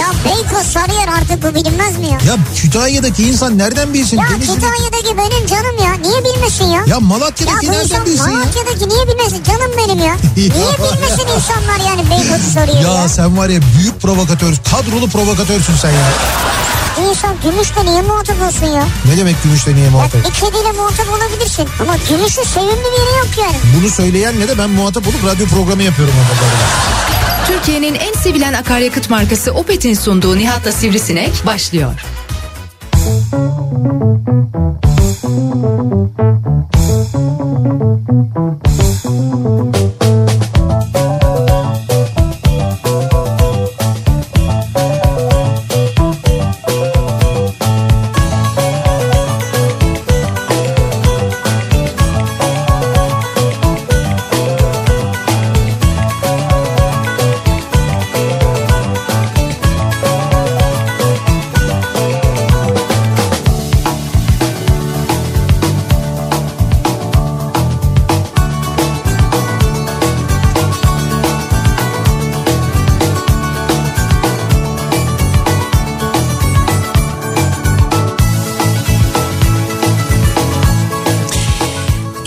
Ya Beykoz Sarıyer artık bu bilinmez mi ya? Ya Kütahya'daki insan nereden bilsin? Ya Denizli'de- Kütahya'daki benim canım ya. Niye bilmesin ya? Ya Ya Malatya'daki bu insan nereden bilsin ya? Malatya'daki niye bilmesin? Canım benim ya. Niye bilmesin insanlar yani Beykoz'u Sarıyer'i ya? Ya sen var ya büyük provokatör, kadrolu provokatörsün sen ya. İnsan gümüşle niye muhatap olsun ya? Ne demek gümüşle niye Bak muhatap? bir kediyle muhatap olabilirsin. Ama gümüşün sevimli bir yeri yok yani. Bunu söyleyenle de ben muhatap olup radyo programı yapıyorum orada. bu arada. Türkiye'nin en sevilen akaryakıt markası Opet'in sunduğu Nihat'la Sivrisinek başlıyor.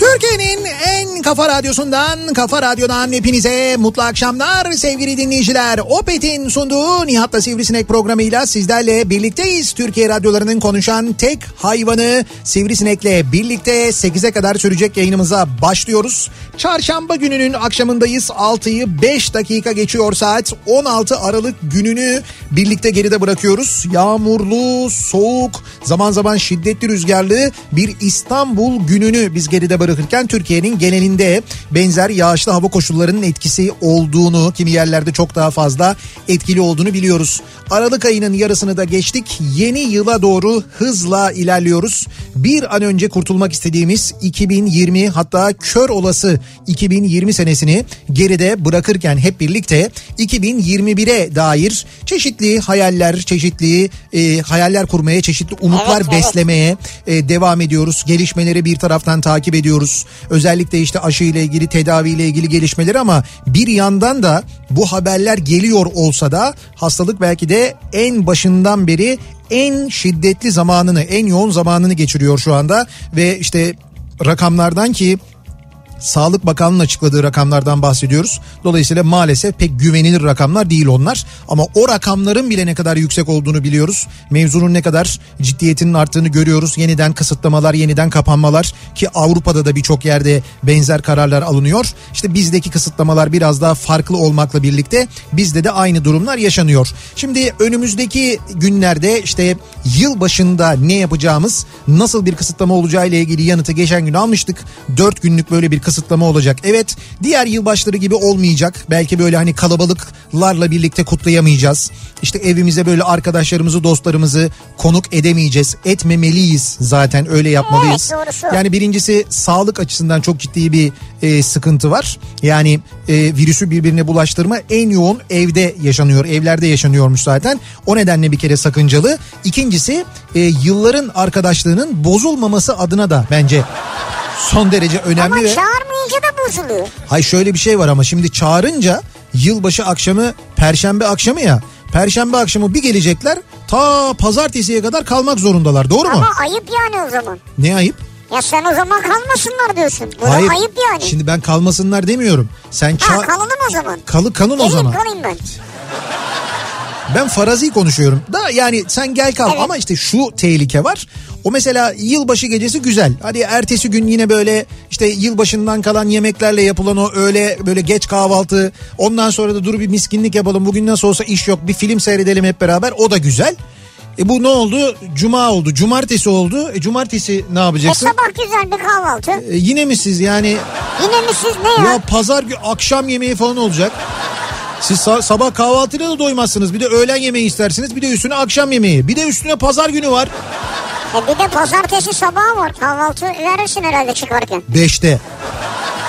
Türkiye'nin en kafa radyosundan, kafa radyodan hepinize mutlu akşamlar sevgili dinleyiciler. Opet'in sunduğu Nihat'la Sivrisinek programıyla sizlerle birlikteyiz. Türkiye radyolarının konuşan tek hayvanı Sivrisinek'le birlikte 8'e kadar sürecek yayınımıza başlıyoruz. Çarşamba gününün akşamındayız. 6'yı 5 dakika geçiyor saat. 16 Aralık gününü birlikte geride bırakıyoruz. Yağmurlu, soğuk, zaman zaman şiddetli rüzgarlı bir İstanbul gününü biz geride bırakırken Türkiye'nin genelinde benzer yağışlı hava koşullarının etkisi olduğunu, kimi yerlerde çok daha fazla etkili olduğunu biliyoruz. Aralık ayının yarısını da geçtik. Yeni yıla doğru hızla ilerliyoruz. Bir an önce kurtulmak istediğimiz 2020 hatta kör olası 2020 senesini geride bırakırken hep birlikte 2021'e dair çeşitli hayaller, çeşitli e, hayaller kurmaya, çeşitli umutlar Evet, evet. beslemeye beslemeye e, devam ediyoruz. Gelişmeleri bir taraftan takip ediyoruz. Özellikle işte aşı ile ilgili tedavi ile ilgili gelişmeleri ama bir yandan da bu haberler geliyor olsa da hastalık belki de en başından beri en şiddetli zamanını, en yoğun zamanını geçiriyor şu anda ve işte rakamlardan ki Sağlık Bakanlığı'nın açıkladığı rakamlardan bahsediyoruz. Dolayısıyla maalesef pek güvenilir rakamlar değil onlar. Ama o rakamların bile ne kadar yüksek olduğunu biliyoruz. Mevzunun ne kadar ciddiyetinin arttığını görüyoruz. Yeniden kısıtlamalar, yeniden kapanmalar ki Avrupa'da da birçok yerde benzer kararlar alınıyor. İşte bizdeki kısıtlamalar biraz daha farklı olmakla birlikte bizde de aynı durumlar yaşanıyor. Şimdi önümüzdeki günlerde işte yıl başında ne yapacağımız, nasıl bir kısıtlama olacağı ile ilgili yanıtı geçen gün almıştık. 4 günlük böyle bir kısıtlama olacak. Evet diğer yılbaşları gibi olmayacak. Belki böyle hani kalabalıklarla birlikte kutlayamayacağız. İşte evimize böyle arkadaşlarımızı, dostlarımızı konuk edemeyeceğiz. Etmemeliyiz zaten öyle yapmalıyız. Evet, doğrusu. Yani Hani birincisi sağlık açısından çok ciddi bir e, sıkıntı var. Yani e, virüsü birbirine bulaştırma en yoğun evde yaşanıyor. Evlerde yaşanıyormuş zaten. O nedenle bir kere sakıncalı. İkincisi e, yılların arkadaşlığının bozulmaması adına da bence son derece önemli Ama ve çağırmayınca da bozuluyor. hay şöyle bir şey var ama şimdi çağırınca yılbaşı akşamı perşembe akşamı ya perşembe akşamı bir gelecekler ta pazartesiye kadar kalmak zorundalar doğru mu? Ama ayıp yani o zaman. Ne ayıp? Ya sen o zaman kalmasınlar diyorsun. Bu da Hayır. ayıp yani. Şimdi ben kalmasınlar demiyorum. Sen ha ça- kalalım o zaman. kalı kanun o Geleyim zaman. kalayım ben. Ben farazi konuşuyorum. Da yani sen gel kal Evet. ama işte şu tehlike var. O mesela yılbaşı gecesi güzel. Hadi ertesi gün yine böyle işte yılbaşından kalan yemeklerle yapılan o öğle böyle geç kahvaltı. Ondan sonra da dur bir miskinlik yapalım. Bugün nasıl olsa iş yok. Bir film seyredelim hep beraber. O da güzel. E bu ne oldu? Cuma oldu. Cumartesi oldu. E cumartesi ne E yapacaksın? sabah güzel bir kahvaltı. E yine mi siz yani Yine mi siz ne ya? Ya pazar gü- akşam yemeği falan olacak. Siz sa- sabah kahvaltıyla da doymazsınız. Bir de öğlen yemeği istersiniz. Bir de üstüne akşam yemeği. Bir de üstüne pazar günü var. E bir de pazartesi sabahı var. Kahvaltı verirsin herhalde çıkarken. Beşte.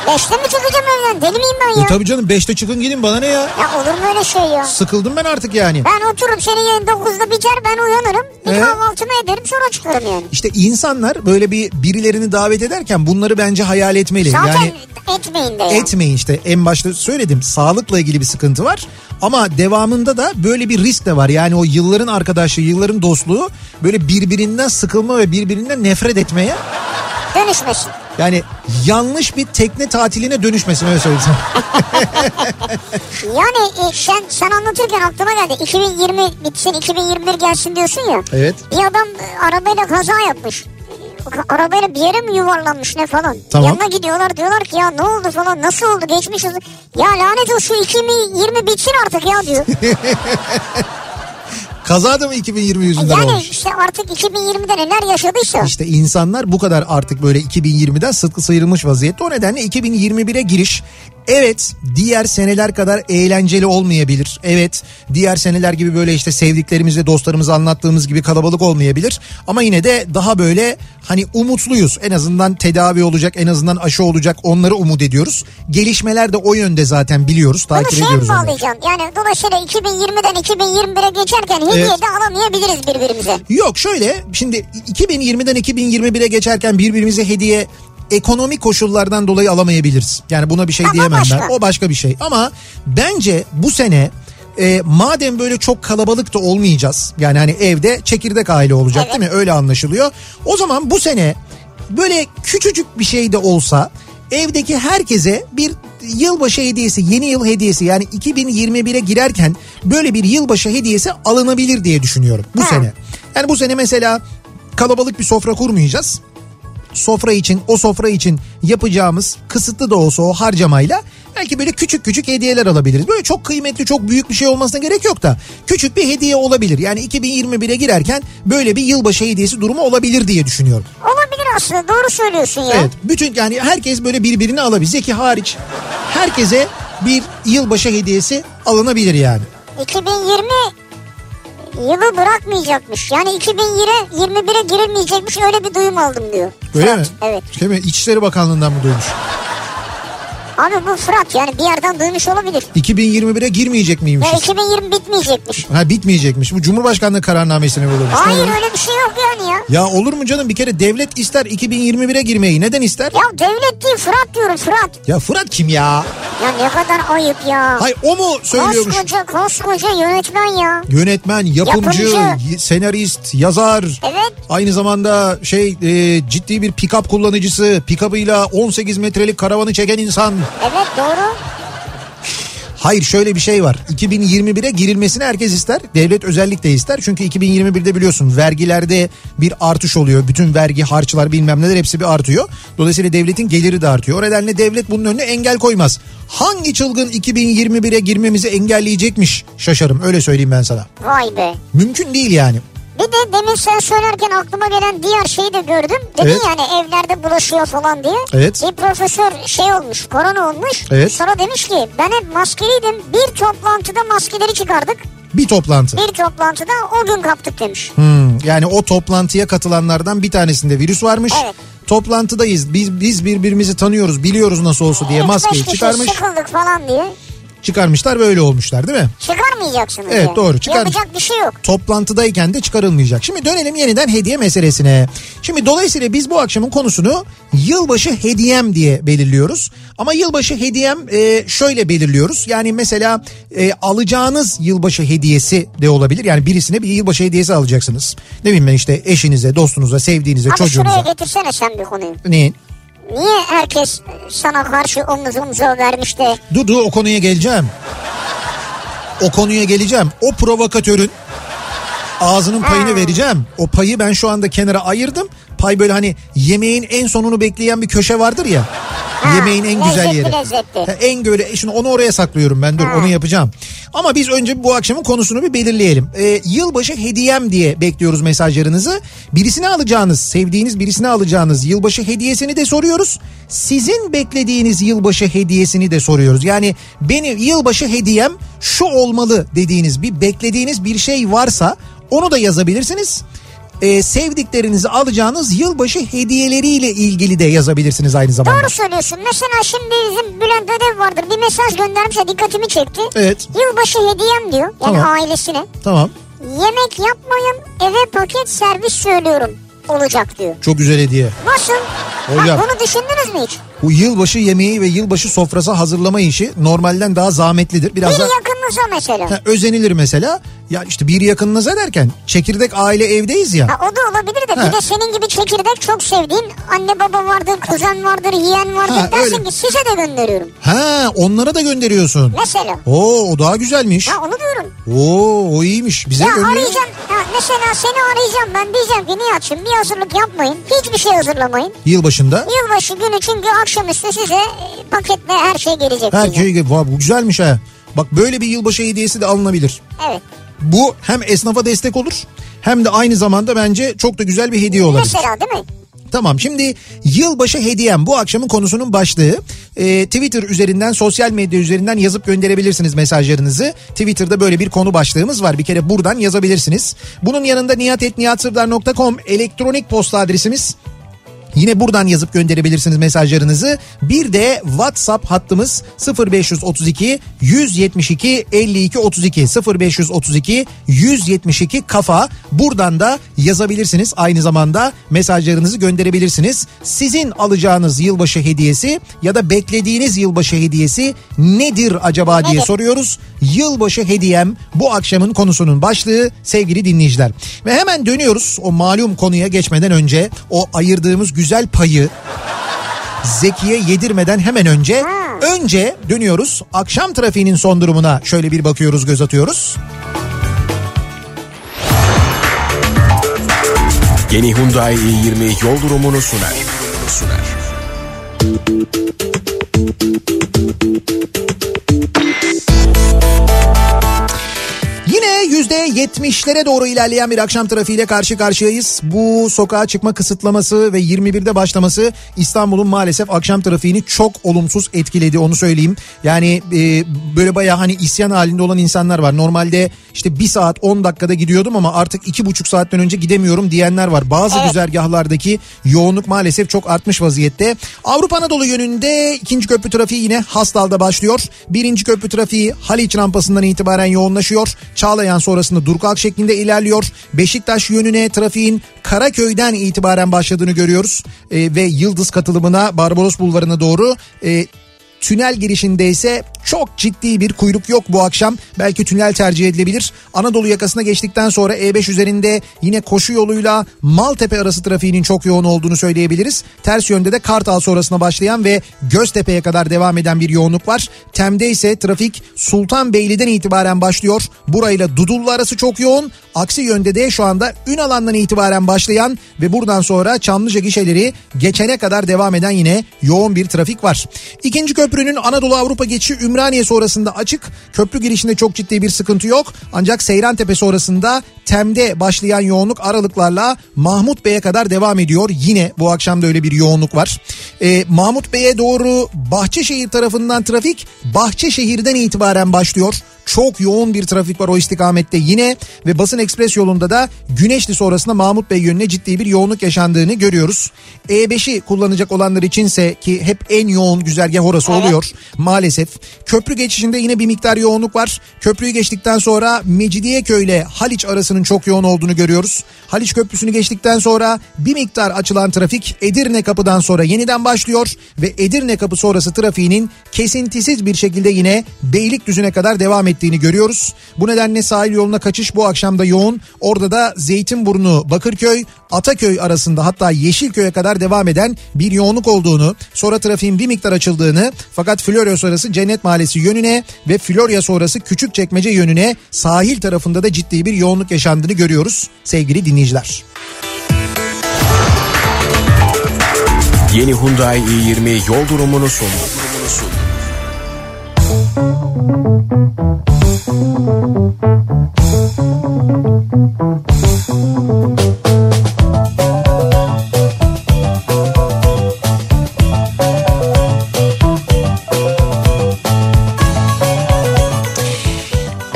Beşte mi çıkacağım evden? Deli miyim ben E ya? tabii canım 5'te çıkın gidin bana ne ya? Ya olur mu öyle şey ya? Sıkıldım ben artık yani. Ben otururum senin yayın 9'da biter ben uyanırım. Bir Ee? kahvaltımı ederim sonra çıkarım yani. İşte insanlar böyle bir birilerini davet ederken bunları bence hayal etmeli. Zaten E, Yani etmeyin de ya. etmeyin işte en başta söyledim sağlıkla ilgili bir sıkıntı var ama devamında da böyle bir risk de var yani o yılların arkadaşlığı yılların dostluğu böyle birbirinden sıkılma ve birbirinden nefret etmeye Dönüşmesin. yani yanlış bir tekne tatiline dönüşmesin öyle söyleyeyim sana. Yani e, sen, sen anlatırken aklıma geldi. 2020 bitsin 2021 gelsin diyorsun ya. Evet. Bir adam e, arabayla kaza yapmış. E, Arabayla bir yere mi yuvarlanmış ne falan. Tamam. Yanına gidiyorlar diyorlar ki ya ne oldu falan nasıl oldu geçmiş olsun. Ya lanet olsun 2020 bitsin artık ya diyor. E, Kaza da mı 2020 yüzünden yani olmuş? işte artık 2020'de neler yaşadıysa. İşte insanlar bu kadar artık böyle 2020'den sıtkı sıyrılmış vaziyette. O nedenle 2021'e giriş evet diğer seneler kadar eğlenceli olmayabilir. Evet diğer seneler gibi böyle işte sevdiklerimizle dostlarımızla anlattığımız gibi kalabalık olmayabilir. Ama yine de daha böyle hani umutluyuz. En azından tedavi olacak en azından aşı olacak onları umut ediyoruz. Gelişmeler de o yönde zaten biliyoruz Bunu takip şeye mi ediyoruz. onları. bağlayacağım? Yani dolayısıyla 2020'den 2021'e geçerken hediye Evet. de alamayabiliriz birbirimize. Yok şöyle şimdi 2020'den 2021'e geçerken birbirimize hediye ekonomik koşullardan dolayı alamayabiliriz. Yani buna bir şey Ama diyemem ben. başka. O başka bir şey. Ama bence bu sene e, madem böyle çok kalabalık da olmayacağız. Yani hani evde çekirdek aile olacak Evet. değil mi? Öyle anlaşılıyor. O zaman bu sene böyle küçücük bir şey de olsa evdeki herkese bir yılbaşı hediyesi, yeni yıl hediyesi yani 2021'e girerken böyle bir yılbaşı hediyesi alınabilir diye düşünüyorum bu Ha. sene. Yani bu sene mesela kalabalık bir sofra kurmayacağız. Sofra için, o sofra için yapacağımız kısıtlı da olsa o harcamayla belki böyle küçük küçük hediyeler alabiliriz. Böyle çok kıymetli, çok büyük bir şey olmasına gerek yok da küçük bir hediye olabilir. Yani 2021'e girerken böyle bir yılbaşı hediyesi durumu olabilir diye düşünüyorum. Olabilir aslında doğru söylüyorsun ya. Evet. Bütün yani herkes böyle birbirini alabilir. Zeki hariç herkese bir yılbaşı hediyesi alınabilir yani. 2020 yılı bırakmayacakmış. Yani 2021'e girilmeyecekmiş öyle bir duyum aldım diyor. Öyle Fırat, mi? Evet. Şey mi? İçişleri Bakanlığı'ndan mı duymuş? Abi bu Fırat yani bir yerden duymuş olabilir. 2021'e girmeyecek miymiş? Ya 2020 bitmeyecekmiş. Ha bitmeyecekmiş. Bu Cumhurbaşkanlığı kararnamesine verilmiş. Hayır öyle bir şey yok yani ya. Ya olur mu canım bir kere devlet ister 2021'e girmeyi. Neden ister? Ya, Ya devlet değil Fırat diyorum Fırat. Fırat kim ya? Ya ne kadar ayıp ya. Hay o mu söylüyormuş? Koskoca koskoca yönetmen ya. Yönetmen, yapımcı, Yapımcı. y- senarist, yazar. Evet. Aynı zamanda şey e, ciddi bir pick-up kullanıcısı. Pick-up'ıyla 18 metrelik karavanı çeken insan. Evet doğru. Hayır şöyle bir şey var. 2021'e girilmesini herkes ister. Devlet özellikle ister. Çünkü 2021'de biliyorsun vergilerde bir artış oluyor. Bütün vergi, harçlar bilmem neler hepsi bir artıyor. Dolayısıyla devletin geliri de artıyor. O nedenle devlet bunun önüne engel koymaz. Hangi çılgın 2021'e girmemizi engelleyecekmiş şaşarım öyle söyleyeyim ben sana. Vay be. Mümkün değil yani. Bir de demin sen söylerken aklıma gelen diğer şeyi de gördüm. Dedin Evet. yani evlerde bulaşıyor falan diye. Evet. Bir profesör şey olmuş, korona olmuş. Evet. Sonra demiş ki ben hep maskeliydim. Bir toplantıda maskeleri çıkardık. Bir toplantı. Bir toplantıda o gün kaptık demiş. Hmm, yani o toplantıya katılanlardan bir tanesinde virüs varmış. Evet. Toplantıdayız. Biz biz birbirimizi tanıyoruz, biliyoruz nasıl olsa diye Üç, beş maskeyi kişi çıkarmış. Sıkıldık falan diye. Çıkarmışlar böyle olmuşlar değil mi? Çıkarmayacaksınız Evet, diye. doğru, E, çıkar- Yapacak bir şey yok. toplantıdayken de çıkarılmayacak. Şimdi dönelim yeniden hediye meselesine. Şimdi dolayısıyla biz bu akşamın konusunu yılbaşı hediyem diye belirliyoruz. Ama yılbaşı hediyem e, şöyle belirliyoruz. Yani mesela e, alacağınız yılbaşı hediyesi de olabilir. Yani birisine bir yılbaşı hediyesi alacaksınız. Ne bileyim ben işte eşinize, dostunuza, sevdiğinize, Abi şuraya çocuğunuza. getirsene sen bir konuyu. Neyin? Niye herkes sana karşı omuz omuza vermiş de Dur dur o konuya geleceğim. O konuya geleceğim. O provokatörün ağzının payını Ha. vereceğim. O payı ben şu anda kenara ayırdım. Pay böyle hani yemeğin en sonunu bekleyen bir köşe vardır ya. yemeğin en güzel Hmm. lezzetli, yeri. lezzetli. Ha, En göre şimdi onu oraya saklıyorum ben dur Ha. onu yapacağım. Ama biz önce bu akşamın konusunu bir belirleyelim. Ee, yılbaşı hediyem diye bekliyoruz mesajlarınızı. Birisine alacağınız, sevdiğiniz birisine alacağınız yılbaşı hediyesini de soruyoruz. Sizin beklediğiniz yılbaşı hediyesini de soruyoruz. Yani benim yılbaşı hediyem şu olmalı dediğiniz bir beklediğiniz bir şey varsa onu da yazabilirsiniz. e, sevdiklerinizi alacağınız yılbaşı hediyeleriyle ilgili de yazabilirsiniz aynı zamanda. Doğru söylüyorsun. Mesela şimdi bizim Bülent Ödev vardır. Bir mesaj göndermişse dikkatimi çekti. Evet. Yılbaşı hediyem diyor. Yani Tamam. ailesine. Tamam. Yemek yapmayın eve paket servis söylüyorum olacak diyor. Çok güzel hediye. Nasıl? Hocam. Bak bunu düşündünüz mü hiç? Bu yılbaşı yemeği ve yılbaşı sofrası hazırlama işi normalden daha zahmetlidir. Bir Biraz da yakınınıza mesela. Ha, özenilir mesela. Ya işte bir yakınınıza derken çekirdek aile evdeyiz ya. Ha, o da olabilir de Ha. bir de senin gibi çekirdek çok sevdiğin anne baba vardır, kuzen vardır, yeğen vardır Ha, dersin öyle. ki size de gönderiyorum. Ha onlara da gönderiyorsun. Mesela. Oo o daha güzelmiş. Ha onu diyorum. Oo o iyiymiş. Bize Ya gönderiyor. arayacağım. Ha, mesela seni arayacağım ben diyeceğim ki Nihat'cığım bir hazırlık yapmayın. Hiçbir şey hazırlamayın. Yılbaşında. Yılbaşı günü çünkü akşamüstü size e, paketle her şey gelecek. Ha, diyeceğim. şey, vay, bu güzelmiş ha. Bak böyle bir yılbaşı hediyesi de alınabilir. Evet. Bu hem esnafa destek olur hem de aynı zamanda bence çok da güzel bir hediye olabilir. Mesela değil mi? Tamam şimdi yılbaşı hediyem bu akşamın konusunun başlığı. Ee, Twitter üzerinden sosyal medya üzerinden yazıp gönderebilirsiniz mesajlarınızı. Twitter'da böyle bir konu başlığımız var bir kere buradan yazabilirsiniz. Bunun yanında nihatetnihatsırdar.com elektronik posta adresimiz. Yine buradan yazıp gönderebilirsiniz mesajlarınızı. Bir de WhatsApp hattımız 0532 172 52 32 0532 172 kafa. Buradan da yazabilirsiniz. Aynı zamanda mesajlarınızı gönderebilirsiniz. Sizin alacağınız yılbaşı hediyesi ya da beklediğiniz yılbaşı hediyesi nedir acaba diye Nedir? soruyoruz. Yılbaşı hediyem bu akşamın konusunun başlığı sevgili dinleyiciler. Ve hemen dönüyoruz o malum konuya geçmeden önce o ayırdığımız güzel payı Zeki'ye yedirmeden hemen önce önce dönüyoruz. Akşam trafiğinin son durumuna şöyle bir bakıyoruz, göz atıyoruz. Yeni Hyundai i20 yol durumunu sunar. Yine %70'lere doğru ilerleyen bir akşam trafiğiyle karşı karşıyayız. Bu sokağa çıkma kısıtlaması ve 21'de başlaması İstanbul'un maalesef akşam trafiğini çok olumsuz etkiledi onu söyleyeyim. Yani e, böyle bayağı hani isyan halinde olan insanlar var. Normalde işte 1 saat 10 dakikada gidiyordum ama artık 2,5 saatten önce gidemiyorum diyenler var. Bazı Evet. güzergahlardaki yoğunluk maalesef çok artmış vaziyette. Avrupa Anadolu yönünde ikinci köprü trafiği yine Hastal'da başlıyor. Birinci köprü trafiği Haliç rampasından itibaren yoğunlaşıyor. Çağlayan sonrasında durkak şeklinde ilerliyor. Beşiktaş yönüne trafiğin Karaköy'den itibaren başladığını görüyoruz. Ee, ve Yıldız katılımına Barbaros Bulvarı'na doğru e, Tünel girişinde ise çok ciddi bir kuyruk yok bu akşam. Belki tünel tercih edilebilir. Anadolu yakasına geçtikten sonra E5 üzerinde yine koşu yoluyla Maltepe arası trafiğinin çok yoğun olduğunu söyleyebiliriz. Ters yönde de Kartal sonrasına başlayan ve Göztepe'ye kadar devam eden bir yoğunluk var. Tem'de ise trafik Sultanbeyli'den itibaren başlıyor. Burayla Dudullu arası çok yoğun. Aksi yönde de şu anda Ünalan'dan itibaren başlayan ve buradan sonra Çamlıca gişeleri geçene kadar devam eden yine yoğun bir trafik var. İkinci köprünün Anadolu Avrupa geçişi Ümraniye sonrasında açık. Köprü girişinde çok ciddi bir sıkıntı yok. Ancak Seyrantepe sonrasında Tem'de başlayan yoğunluk aralıklarla Mahmut Bey'e kadar devam ediyor. Yine bu akşam da öyle bir yoğunluk var. Ee, Mahmut Bey'e doğru Bahçeşehir tarafından trafik Bahçeşehir'den itibaren başlıyor. Çok yoğun bir trafik var o istikamette yine ve basın ekspres yolunda da Güneşli sonrasında Mahmut Bey yönüne ciddi bir yoğunluk yaşandığını görüyoruz. E5'i kullanacak olanlar içinse ki hep en yoğun güzergah orası oluyor maalesef. Köprü geçişinde yine bir miktar yoğunluk var. Köprüyü geçtikten sonra Mecidiyeköy ile Haliç arasının çok yoğun olduğunu görüyoruz. Haliç Köprüsü'nü geçtikten sonra bir miktar açılan trafik Edirne kapıdan sonra yeniden başlıyor ve Edirne kapı sonrası trafiğinin kesintisiz bir şekilde yine Beylikdüzü'ne kadar devam ettiğini görüyoruz. Bu nedenle sahil yoluna kaçış bu akşam da yoğun. Orada da Zeytinburnu, Bakırköy, Ataköy arasında hatta Yeşilköy'e kadar devam eden bir yoğunluk olduğunu, sonra trafiğin bir miktar açıldığını fakat Florya sonrası Cennet Mahallesi yönüne ve Florya sonrası Küçükçekmece yönüne sahil tarafında da ciddi bir yoğunluk yaşandığını görüyoruz sevgili dinleyiciler. Yeni Hyundai i20 yol durumunu sunar.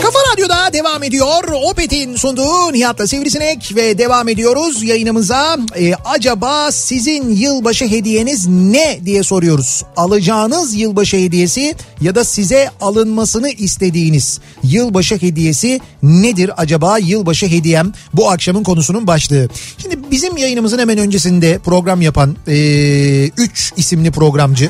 Kafa Radyo'da devam devam ediyor. Opet'in sunduğu Nihat'la Sivrisinek ve devam ediyoruz yayınımıza. Ee, acaba sizin yılbaşı hediyeniz ne diye soruyoruz. Alacağınız yılbaşı hediyesi ya da size alınmasını istediğiniz yılbaşı hediyesi nedir acaba yılbaşı hediyem? Bu akşamın konusunun başlığı. Şimdi bizim yayınımızın hemen öncesinde program yapan 3 isimli programcı.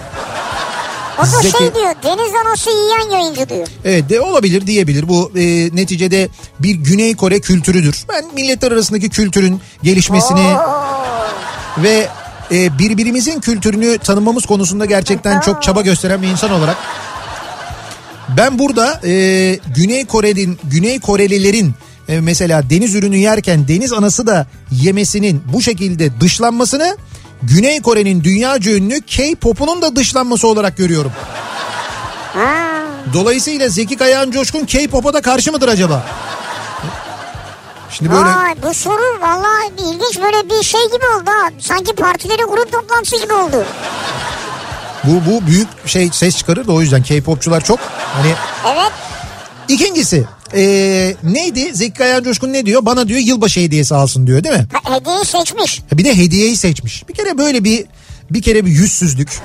O da Zeki- şey diyor deniz anası yiyen yayıncı diyor. Evet de olabilir diyebilir. Bu e, neticede bir Güney Kore kültürüdür. Ben milletler arasındaki kültürün gelişmesini ve e, birbirimizin kültürünü tanımamız konusunda gerçekten çok çaba gösteren bir insan olarak ben burada e, Güney Kore'nin Güney Korelilerin e, mesela deniz ürünü yerken deniz anası da yemesinin bu şekilde dışlanmasını Güney Kore'nin dünyaca ünlü K-pop'unun da dışlanması olarak görüyorum. Ha, Dolayısıyla Zeki Kayağan Coşkun K-pop'a da karşı mıdır acaba? Şimdi böyle Vay, bu soru valla ilginç böyle bir şey gibi oldu ha. Sanki partilerin grup toplantısı gibi oldu. bu bu büyük şey ses çıkarır da o yüzden K-popçular çok hani Evet. ikincisi eee, neydi Zeki Kayağan Coşkun ne diyor? Bana diyor yılbaşı hediyesi alsın diyor değil mi? Ha, Hediyeyi seçmiş. Bir de hediyeyi seçmiş. Bir kere böyle bir bir kere bir yüzsüzlük.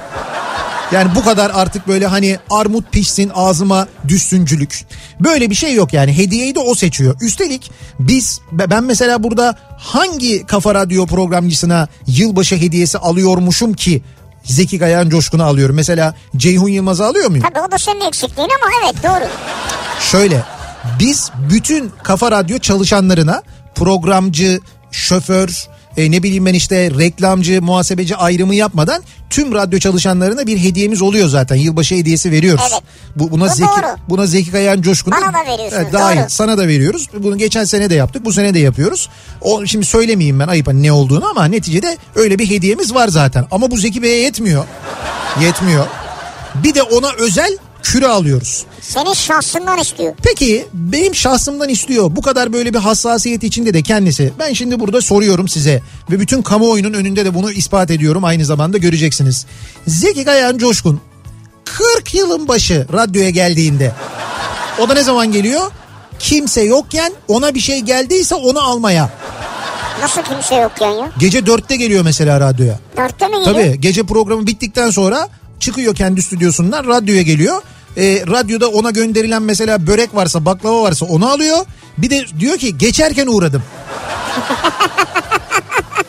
Yani bu kadar artık böyle hani armut pişsin ağzıma düşsüncülük. Böyle bir şey yok yani hediyeyi de o seçiyor. Üstelik biz ben mesela burada hangi Kafa Radyo programcısına yılbaşı hediyesi alıyormuşum ki Zeki Kayan Coşkun'u alıyorum. Mesela Ceyhun Yılmaz'ı alıyor muyum? Tabii o da senin eksikliğin ama evet doğru. Şöyle biz bütün Kafa Radyo çalışanlarına programcı, şoför, e, ne bileyim ben işte reklamcı, muhasebeci ayrımı yapmadan tüm radyo çalışanlarına bir hediyemiz oluyor zaten. Yılbaşı hediyesi veriyoruz. Evet. Bu buna Bu Zeki doğru. buna Zeki Kayan Coşkun'u Bana da veriyorsunuz, dahil. doğru. Sana da veriyoruz. Bunu geçen sene de yaptık. Bu sene de yapıyoruz. O şimdi söylemeyeyim ben ayıp hani ne olduğunu ama neticede öyle bir hediyemiz var zaten. Ama bu Zeki Bey'e yetmiyor. Yetmiyor. Bir de ona özel küre alıyoruz. Senin şahsından istiyor. Peki benim şahsımdan istiyor. Bu kadar böyle bir hassasiyet içinde de kendisi. Ben şimdi burada soruyorum size ve bütün kamuoyunun önünde de bunu ispat ediyorum aynı zamanda göreceksiniz. Zeki Kayan Coşkun 40 yılın başı radyoya geldiğinde o da ne zaman geliyor? Kimse yokken ona bir şey geldiyse onu almaya. Nasıl kimse yok yan ya? Gece 4'te geliyor mesela radyoya. Dörtte mi geliyor? Tabii gece programı bittikten sonra çıkıyor kendi stüdyosundan radyoya geliyor. Ee, radyoda ona gönderilen mesela börek varsa baklava varsa onu alıyor. Bir de diyor ki geçerken uğradım.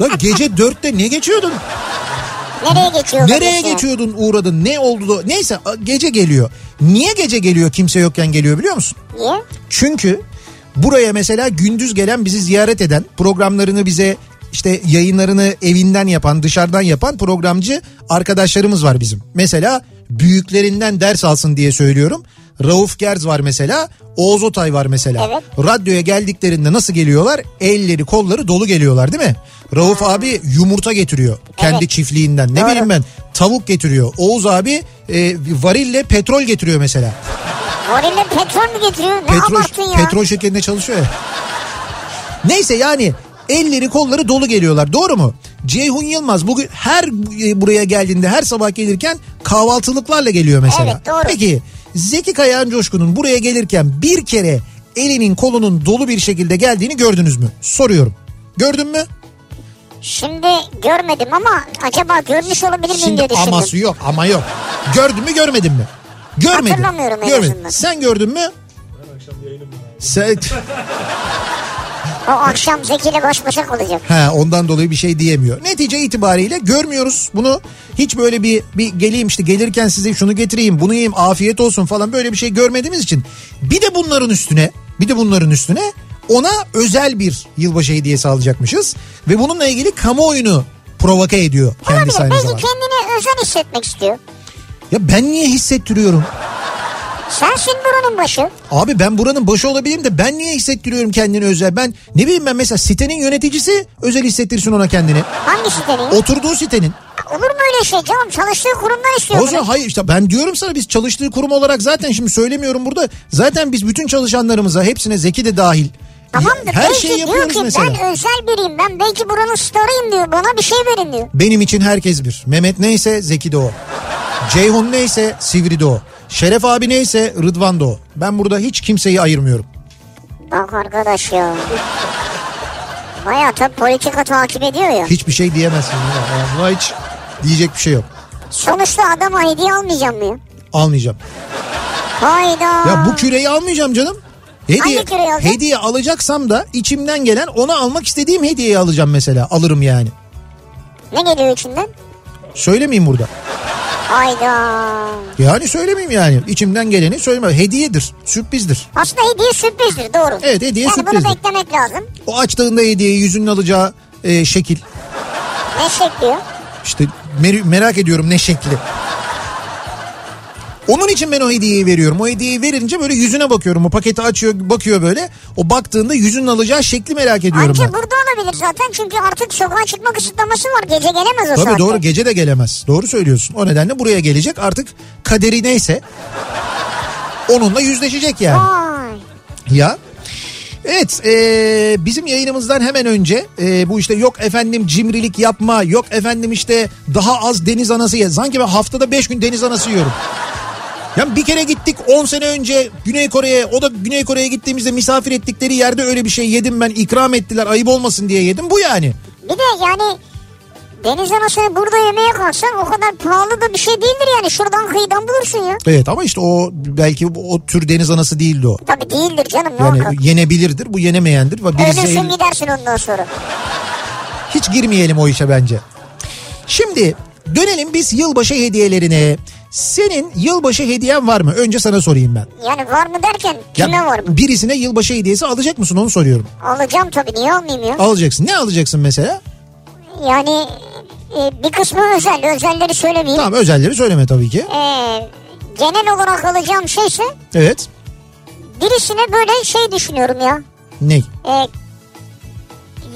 Lan gece dörtte ne geçiyordun? Nereye geçiyor? Nereye kardeşim? geçiyordun uğradın ne oldu? da- Neyse a- gece geliyor. Niye gece geliyor kimse yokken geliyor biliyor musun? Niye? Çünkü buraya mesela gündüz gelen bizi ziyaret eden programlarını bize işte yayınlarını evinden yapan dışarıdan yapan programcı arkadaşlarımız var bizim. Mesela büyüklerinden ders alsın diye söylüyorum. Rauf Gerz var mesela. Oğuz Otay var mesela. Radyoya geldiklerinde nasıl geliyorlar? Elleri kolları dolu geliyorlar değil mi? Rauf abi yumurta getiriyor kendi Evet. çiftliğinden. Ne Doğru. bileyim ben tavuk getiriyor. Oğuz abi e, varille petrol getiriyor mesela. Gorille petrol mü getiriyor? Ne Petrol, abarttın ya? petrol şirketinde çalışıyor ya. Neyse yani elleri kolları dolu geliyorlar doğru mu? Ceyhun Yılmaz bugün her e, buraya geldiğinde her sabah gelirken kahvaltılıklarla geliyor mesela. Evet, doğru. Peki Zeki Kayan Coşkun'un buraya gelirken bir kere elinin kolunun dolu bir şekilde geldiğini gördünüz mü? Soruyorum. Gördün mü? Şimdi görmedim ama acaba görmüş olabilir miyim Şimdi diye düşündüm. aması yok ama yok. Gördün mü görmedin mi? Görmedin. Hatırlamıyorum en Görmedin. azından. Sen gördün mü? Sen, O akşam Zeki ile baş başa kalacak. Ha ondan dolayı bir şey diyemiyor. Netice itibariyle görmüyoruz bunu. Hiç böyle bir bir geleyim işte gelirken size şunu getireyim, bunu yiyeyim, afiyet olsun falan böyle bir şey görmediğimiz için bir de bunların üstüne, bir de bunların üstüne ona özel bir yılbaşı hediyesi alacakmışız ve bununla ilgili kamuoyunu provoke ediyor kendisi Olabilir. aynı zamanda. Belki kendini özel hissetmek istiyor. Ya ben niye hissettiriyorum? Sensin buranın başı. Abi ben buranın başı olabilirim de ben niye hissettiriyorum kendini özel? Ben ne bileyim ben mesela sitenin yöneticisi özel hissettirsin ona kendini. Hangi sitenin? Oturduğu sitenin. Olur mu öyle şey canım? Çalıştığı kurumdan istiyor. O zaman hayır işte ben diyorum sana biz çalıştığı kurum olarak zaten şimdi söylemiyorum burada. Zaten biz bütün çalışanlarımıza hepsine Zeki de dahil. Tamamdır. Her belki şeyi diyor yapıyoruz ki mesela. ben özel biriyim. Ben belki buranın starıyım diyor. Bana bir şey verin diyor. Benim için herkes bir. Mehmet neyse Zeki de o. Ceyhun neyse Sivri de o. Şeref abi neyse Rıdvan da o. Ben burada hiç kimseyi ayırmıyorum. Bak arkadaş ya. Bayağı tabii politika takip ediyor ya. Hiçbir şey diyemezsin. buna. Yani buna hiç diyecek bir şey yok. Sonuçta adama hediye almayacağım mı? ya? Almayacağım. Hayda. Ya bu küreyi almayacağım canım. Hediye, Hangi küreyi alacaksın? hediye alacaksam da içimden gelen ona almak istediğim hediyeyi alacağım mesela. Alırım yani. Ne geliyor içinden? Söylemeyeyim burada. Hayda. Yani söylemeyeyim yani. İçimden geleni söyleme. Hediyedir. Sürprizdir. Aslında hediye sürprizdir doğru. Evet, hediye yani sürprizdir. bunu beklemek lazım. O açtığında hediyeyi yüzünün alacağı e, şekil. Ne şekliyor? İşte mer- merak ediyorum ne şekli. Onun için ben o hediyeyi veriyorum. O hediyeyi verince böyle yüzüne bakıyorum. O paketi açıyor bakıyor böyle. O baktığında yüzünün alacağı şekli merak ediyorum Anca ben. burada olabilir zaten çünkü artık sokağa çıkma kısıtlaması var. Gece gelemez o Tabii saatte. doğru gece de gelemez. Doğru söylüyorsun. O nedenle buraya gelecek artık kaderi neyse onunla yüzleşecek yani. Vay. Ya. Evet e, bizim yayınımızdan hemen önce e, bu işte yok efendim cimrilik yapma yok efendim işte daha az deniz anası ye. Sanki ben haftada 5 gün deniz anası yiyorum. Yani bir kere gittik 10 sene önce Güney Kore'ye o da Güney Kore'ye gittiğimizde misafir ettikleri yerde öyle bir şey yedim ben ikram ettiler ayıp olmasın diye yedim bu yani. Bir de yani deniz anasını burada yemeye kalksan o kadar pahalı da bir şey değildir yani. Şuradan kıyıdan bulursun ya. Evet ama işte o belki o tür deniz anası değildi o. Tabii değildir canım Yani muhakkak. yenebilirdir bu yenemeyendir. Ve birisi Ölürsün gidersin ondan sonra. Hiç girmeyelim o işe bence. Şimdi dönelim biz yılbaşı hediyelerine. Senin yılbaşı hediyen var mı? Önce sana sorayım ben. Yani var mı derken Ya kime var mı? Birisine yılbaşı hediyesi alacak mısın onu soruyorum. Alacağım tabii niye almayayım ya? Alacaksın. Ne alacaksın mesela? Yani e, bir kısmı özel. Özelleri söylemeyeyim. Tamam özelleri söyleme tabii ki. Ee, genel olarak alacağım şeyse Evet. birisine böyle şey düşünüyorum ya. Ne? Ee,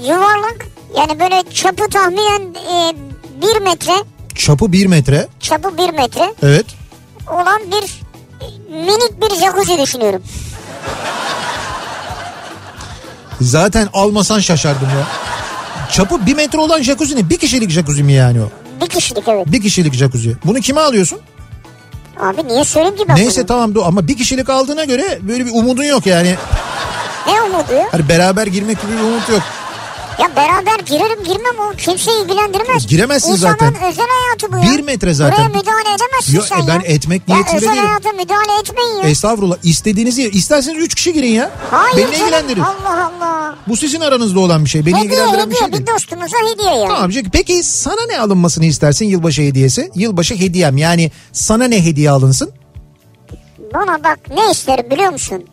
yuvarlak yani böyle çapı tahminen e, bir metre Çapı 1 metre. çapı bir metre Evet. olan bir e, minik bir jacuzzi düşünüyorum. Zaten almasan şaşardım ya. Çapı 1 metre olan jacuzzi ne? Bir kişilik jacuzzi mi yani o? Bir kişilik evet. Bir kişilik jacuzzi. Bunu kime alıyorsun? Abi niye söyleyeyim ki ben Neyse bunu? tamam dur ama bir kişilik aldığına göre böyle bir umudun yok yani. Ne umudu ya? Hani beraber girmek gibi bir umut yok. Ya beraber girerim girmem o kimseyi ilgilendirmez. Giremezsin İnsanın zaten. özel hayatı bu ya. Bir metre zaten. Buraya müdahale edemezsin Yo, sen e, ben ya. etmek Ya niyetinde özel değilim. hayata müdahale etmeyin ya. Estağfurullah istediğinizi isterseniz 3 kişi girin ya. Hayır Beni ne canım, ilgilendirir? Allah Allah. Bu sizin aranızda olan bir şey. Beni Hediye ilgilendiren bir hediye şey bir, değil. dostumuza hediye ya. Tamam peki. peki sana ne alınmasını istersin yılbaşı hediyesi? Yılbaşı hediyem yani sana ne hediye alınsın? Bana bak ne isterim biliyor musun?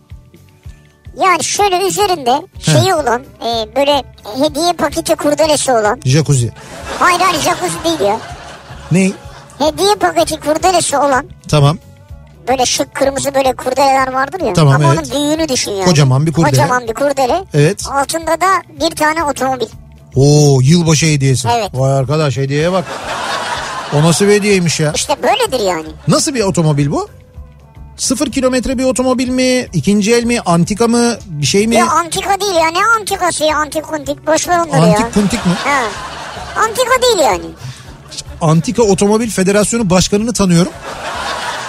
Yani şöyle üzerinde şeyi olan e, böyle hediye paketi kurdelesi olan. Jacuzzi. Hayır hayır jacuzzi değil ya. Ne? Hediye paketi kurdelesi olan Tamam. böyle şık kırmızı böyle kurdeleler vardır ya. Tamam, Ama evet. onun büyüğünü düşün yani. Kocaman bir kurdele. Kocaman bir kurdele. Evet. Altında da bir tane otomobil. Oo yılbaşı hediyesi. Evet. Vay arkadaş hediyeye bak. O nasıl bir hediyeymiş ya? İşte böyledir yani. Nasıl bir otomobil bu? Sıfır kilometre bir otomobil mi? İkinci el mi? Antika mı? Bir şey mi? Ya antika değil ya ne antikası ya antik kuntik boş ver onları ya. Antik kuntik mi? Ha. Antika değil yani. Antika Otomobil Federasyonu Başkanı'nı tanıyorum.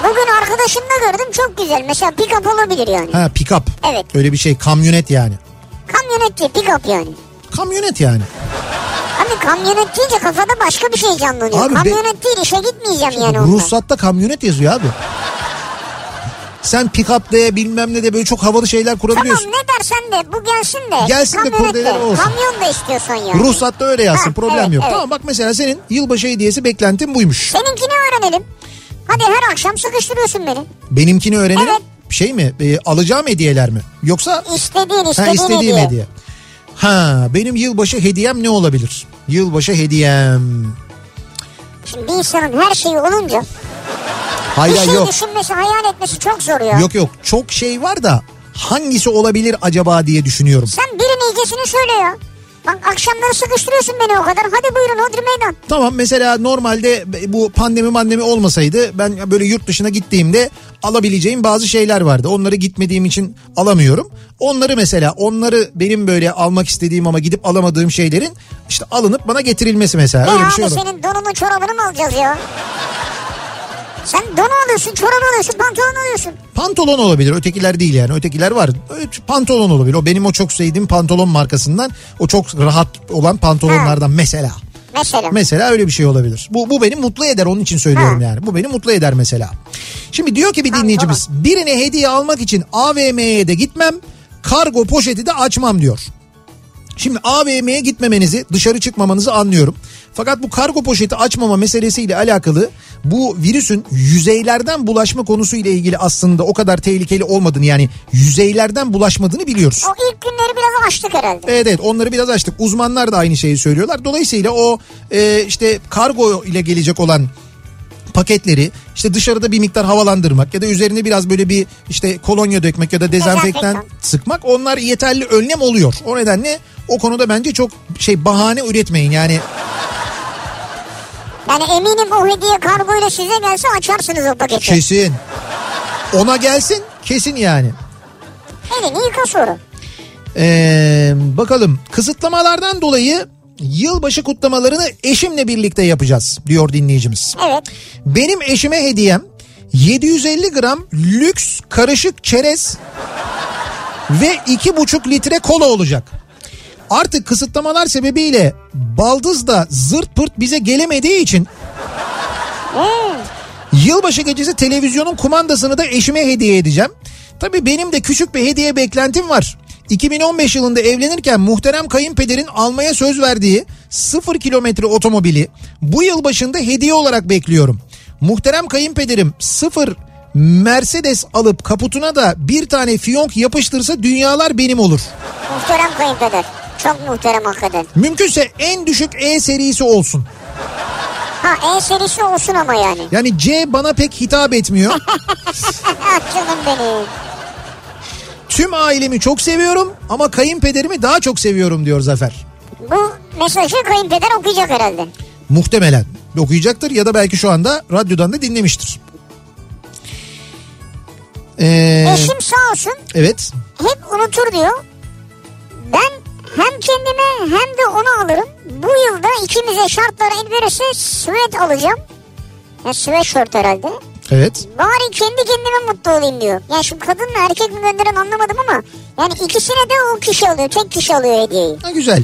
Bugün arkadaşımda gördüm çok güzel. Mesela pick-up olabilir yani. Ha pick-up. Evet. Öyle bir şey kamyonet yani. Kamyonet değil pick-up yani. Kamyonet yani. Abi kamyonet deyince kafada başka bir şey canlanıyor. Abi be- kamyonet değil işe gitmeyeceğim yani onunla. Ruhsatta kamyonet yazıyor abi. Sen pick-up de bilmem ne de böyle çok havalı şeyler Tamam kurabiliyorsun. ne dersen de bu gelsin de. Gelsin de kamyonet kurdeleleri olsun. Kamyon da istiyorsan yani. Ruhsatta öyle yazsın Ha, problem evet, yok. evet. Tamam bak mesela senin yılbaşı hediyesi beklentin buymuş. Seninkini öğrenelim. Hadi her akşam sıkıştırıyorsun beni. Benimkini öğrenelim. Evet. Şey mi e, alacağım hediyeler mi? Yoksa İstediğin ha, istediğin istediğim hediye. hediye. Ha benim yılbaşı hediyem ne olabilir? Yılbaşı hediyem. Şimdi bir insanın her şeyi olunca Hayır bir şey yok. düşünmesi hayal etmesi çok zor ya. Yok yok çok şey var da hangisi olabilir acaba diye düşünüyorum. Sen birinin iyicesini söyle ya. Bak akşamları sıkıştırıyorsun beni o kadar. Hadi buyurun Hodri Meydan. Tamam mesela normalde bu pandemi pandemi olmasaydı ben böyle yurt dışına gittiğimde alabileceğim bazı şeyler vardı. Onları gitmediğim için alamıyorum. Onları mesela onları benim böyle almak istediğim ama gidip alamadığım şeylerin işte alınıp bana getirilmesi mesela. Ya Öyle bir abi şey olur. senin donunu çorabını mı alacağız ya? Sen donu alıyorsun, çorap alıyorsun, pantolon alıyorsun. Pantolon olabilir. Ötekiler değil yani. Ötekiler var. Ö- Pantolon olabilir. O benim o çok sevdiğim pantolon markasından. O çok rahat olan pantolonlardan mesela. Mesela. Mesela öyle bir şey olabilir. Bu bu beni mutlu eder onun için söylüyorum Ha. yani. Bu beni mutlu eder mesela. Şimdi diyor ki bir dinleyicimiz birine hediye almak için AVM'ye de gitmem, kargo poşeti de açmam diyor. Şimdi AVM'ye gitmemenizi, dışarı çıkmamanızı anlıyorum. Fakat bu kargo poşeti açmama meselesiyle alakalı bu virüsün yüzeylerden bulaşma konusuyla ilgili aslında o kadar tehlikeli olmadığını yani yüzeylerden bulaşmadığını biliyoruz. O ilk günleri biraz açtık herhalde. Evet evet onları biraz açtık. Uzmanlar da aynı şeyi söylüyorlar. Dolayısıyla o e, işte kargo ile gelecek olan paketleri işte dışarıda bir miktar havalandırmak ya da üzerine biraz böyle bir işte kolonya dökmek ya da dezenfektan Dezenfektan. sıkmak onlar yeterli önlem oluyor. O nedenle o konuda bence çok şey bahane üretmeyin yani Yani eminim o hediye kargoyla size gelse açarsınız o paketi. kesin ona gelsin kesin yani. Elini yıka sonra. Ee, bakalım kısıtlamalardan dolayı yılbaşı kutlamalarını eşimle birlikte yapacağız diyor dinleyicimiz. Evet. Benim eşime hediyem 750 gram lüks karışık çerez ve 2,5 litre kola olacak. Artık kısıtlamalar sebebiyle baldız da zırt pırt bize gelemediği için yılbaşı gecesi televizyonun kumandasını da eşime hediye edeceğim. Tabii benim de küçük bir hediye beklentim var. 2015 yılında evlenirken muhterem kayınpederin almaya söz verdiği 0 kilometre otomobili bu yıl başında hediye olarak bekliyorum. Muhterem kayınpederim 0 Mercedes alıp kaputuna da bir tane fiyonk yapıştırsa dünyalar benim olur. Muhterem kayınpeder. Çok muhterem hakikaten. Mümkünse en düşük E serisi olsun. Ha E serisi olsun ama yani. Yani C bana pek hitap etmiyor. Ah canım benim. Tüm ailemi çok seviyorum ama kayınpederimi daha çok seviyorum diyor Zafer. Bu mesajı kayınpeder okuyacak herhalde. Muhtemelen okuyacaktır ya da belki şu anda radyodan da dinlemiştir. Ee, Eşim sağ olsun evet. hep unutur diyor. Ben hem kendime hem de ona alırım. Bu yılda ikimize şartlar el verirse süvet alacağım. Ya sweatshirt herhalde. Evet. Bari kendi kendime mutlu olayım diyor. Ya şimdi kadınla erkek mi gönderen anlamadım ama yani ikisine de o kişi alıyor. Tek kişi alıyor hediyeyi. Ha, güzel.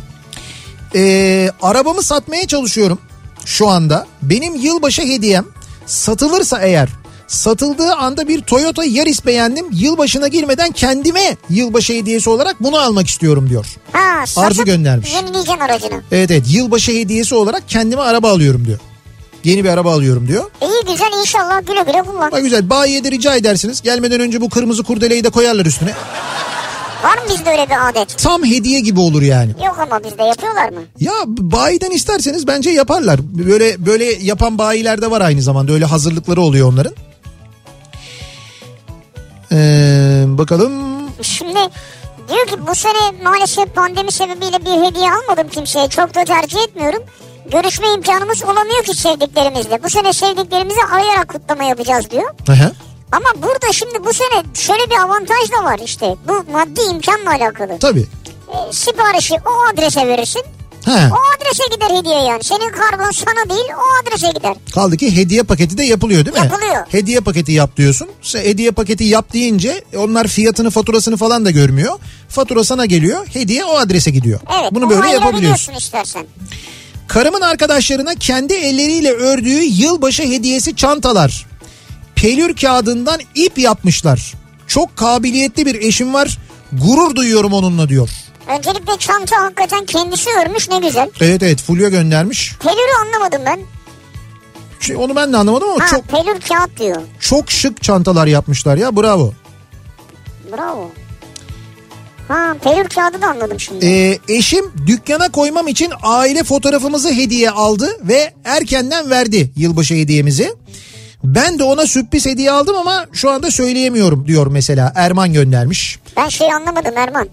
Ee, arabamı satmaya çalışıyorum şu anda. Benim yılbaşı hediyem satılırsa eğer satıldığı anda bir Toyota Yaris beğendim. Yılbaşına girmeden kendime yılbaşı hediyesi olarak bunu almak istiyorum diyor. Ha, satıp Arzu göndermiş. Yenileyeceksin aracını. Evet evet yılbaşı hediyesi olarak kendime araba alıyorum diyor. Yeni bir araba alıyorum diyor. İyi güzel inşallah güle güle kullan. Ama güzel bayiye de rica edersiniz. Gelmeden önce bu kırmızı kurdeleyi de koyarlar üstüne. Var mı bizde öyle bir adet? Tam hediye gibi olur yani. Yok ama bizde yapıyorlar mı? Ya bayiden isterseniz bence yaparlar. Böyle böyle yapan bayiler de var aynı zamanda. Öyle hazırlıkları oluyor onların. Ee, bakalım. Şimdi diyor ki bu sene maalesef pandemi sebebiyle bir hediye almadım kimseye. Çok da tercih etmiyorum. Görüşme imkanımız olamıyor ki sevdiklerimizle. Bu sene sevdiklerimizi arayarak kutlama yapacağız diyor. Aha. Ama burada şimdi bu sene şöyle bir avantaj da var işte. Bu maddi imkanla alakalı. Tabii. E, siparişi o adrese verirsin. Ha. O adrese gider hediye yani. Senin kargon sana değil o adrese gider. Kaldı ki hediye paketi de yapılıyor değil mi? Yapılıyor. Hediye paketi yap diyorsun. Sen hediye paketi yap deyince onlar fiyatını faturasını falan da görmüyor. Fatura sana geliyor. Hediye o adrese gidiyor. Evet. Bunu böyle ayırabiliyorsun yapabiliyorsun. istersen. Karımın arkadaşlarına kendi elleriyle ördüğü yılbaşı hediyesi çantalar. Pelür kağıdından ip yapmışlar. Çok kabiliyetli bir eşim var. Gurur duyuyorum onunla diyor. Öncelikle çanta hakikaten kendisi örmüş ne güzel. Evet evet Fulya göndermiş. Pelürü anlamadım ben. Şey, onu ben de anlamadım ama Ha çok pelür kağıt diyor. çok şık çantalar yapmışlar ya bravo. Bravo. Ha pelür kağıdı da anladım şimdi. Ee, eşim dükkana koymam için aile fotoğrafımızı hediye aldı ve erkenden verdi yılbaşı hediyemizi. Ben de ona sürpriz hediye aldım ama şu anda söyleyemiyorum diyor mesela Erman göndermiş. Ben şeyi anlamadım Erman.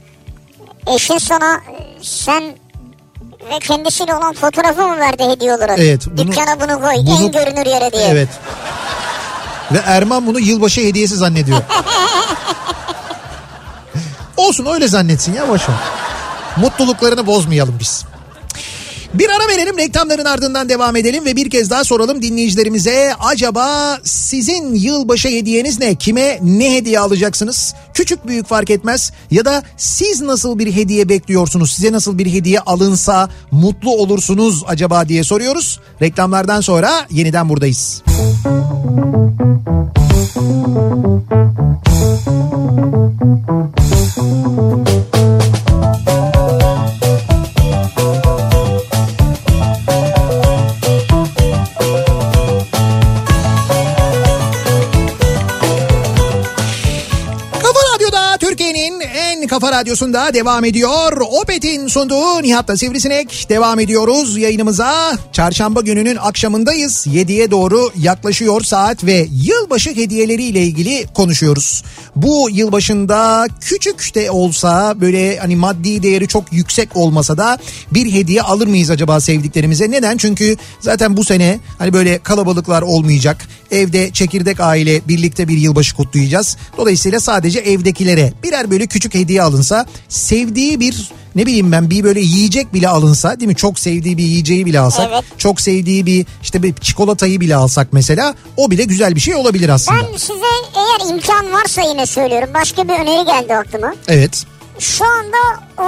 Eşin sana e, sen ve kendisiyle olan fotoğrafı mı verdi hediye olarak? Evet, bunu- Dükkana bunu koy bunu- en görünür yere diye. Evet. Ve Erman bunu yılbaşı hediyesi zannediyor. Olsun öyle zannetsin ya boşver. Mutluluklarını bozmayalım biz. Bir ara verelim reklamların ardından devam edelim ve bir kez daha soralım dinleyicilerimize. Acaba sizin yılbaşı hediyeniz ne? Kime ne hediye alacaksınız? Küçük büyük fark etmez. Ya da siz nasıl bir hediye bekliyorsunuz? Size nasıl bir hediye alınsa mutlu olursunuz acaba diye soruyoruz. Reklamlardan sonra yeniden buradayız. Kafa Radyo'da Türkiye'nin en kafa radyosunda devam ediyor. Opet'in sunduğu Nihat'la Sivrisinek devam ediyoruz yayınımıza. Çarşamba gününün akşamındayız. 7'ye doğru yaklaşıyor saat ve yılbaşı hediyeleriyle ilgili konuşuyoruz. Bu yılbaşında küçük de olsa böyle hani maddi değeri çok yüksek olmasa da bir hediye alır mıyız acaba sevdiklerimize? Neden? Çünkü zaten bu sene hani böyle kalabalıklar olmayacak. Evde çekirdek aile birlikte bir yılbaşı kutlayacağız. Dolayısıyla sadece evdekilere birer böyle küçük hediye alınsa sevdiği bir ne bileyim ben bir böyle yiyecek bile alınsa değil mi? Çok sevdiği bir yiyeceği bile alsak. Evet. Çok sevdiği bir işte bir çikolatayı bile alsak mesela o bile güzel bir şey olabilir aslında. Ben size eğer imkan varsa yine söylüyorum. Başka bir öneri geldi aklıma. Evet. Şu anda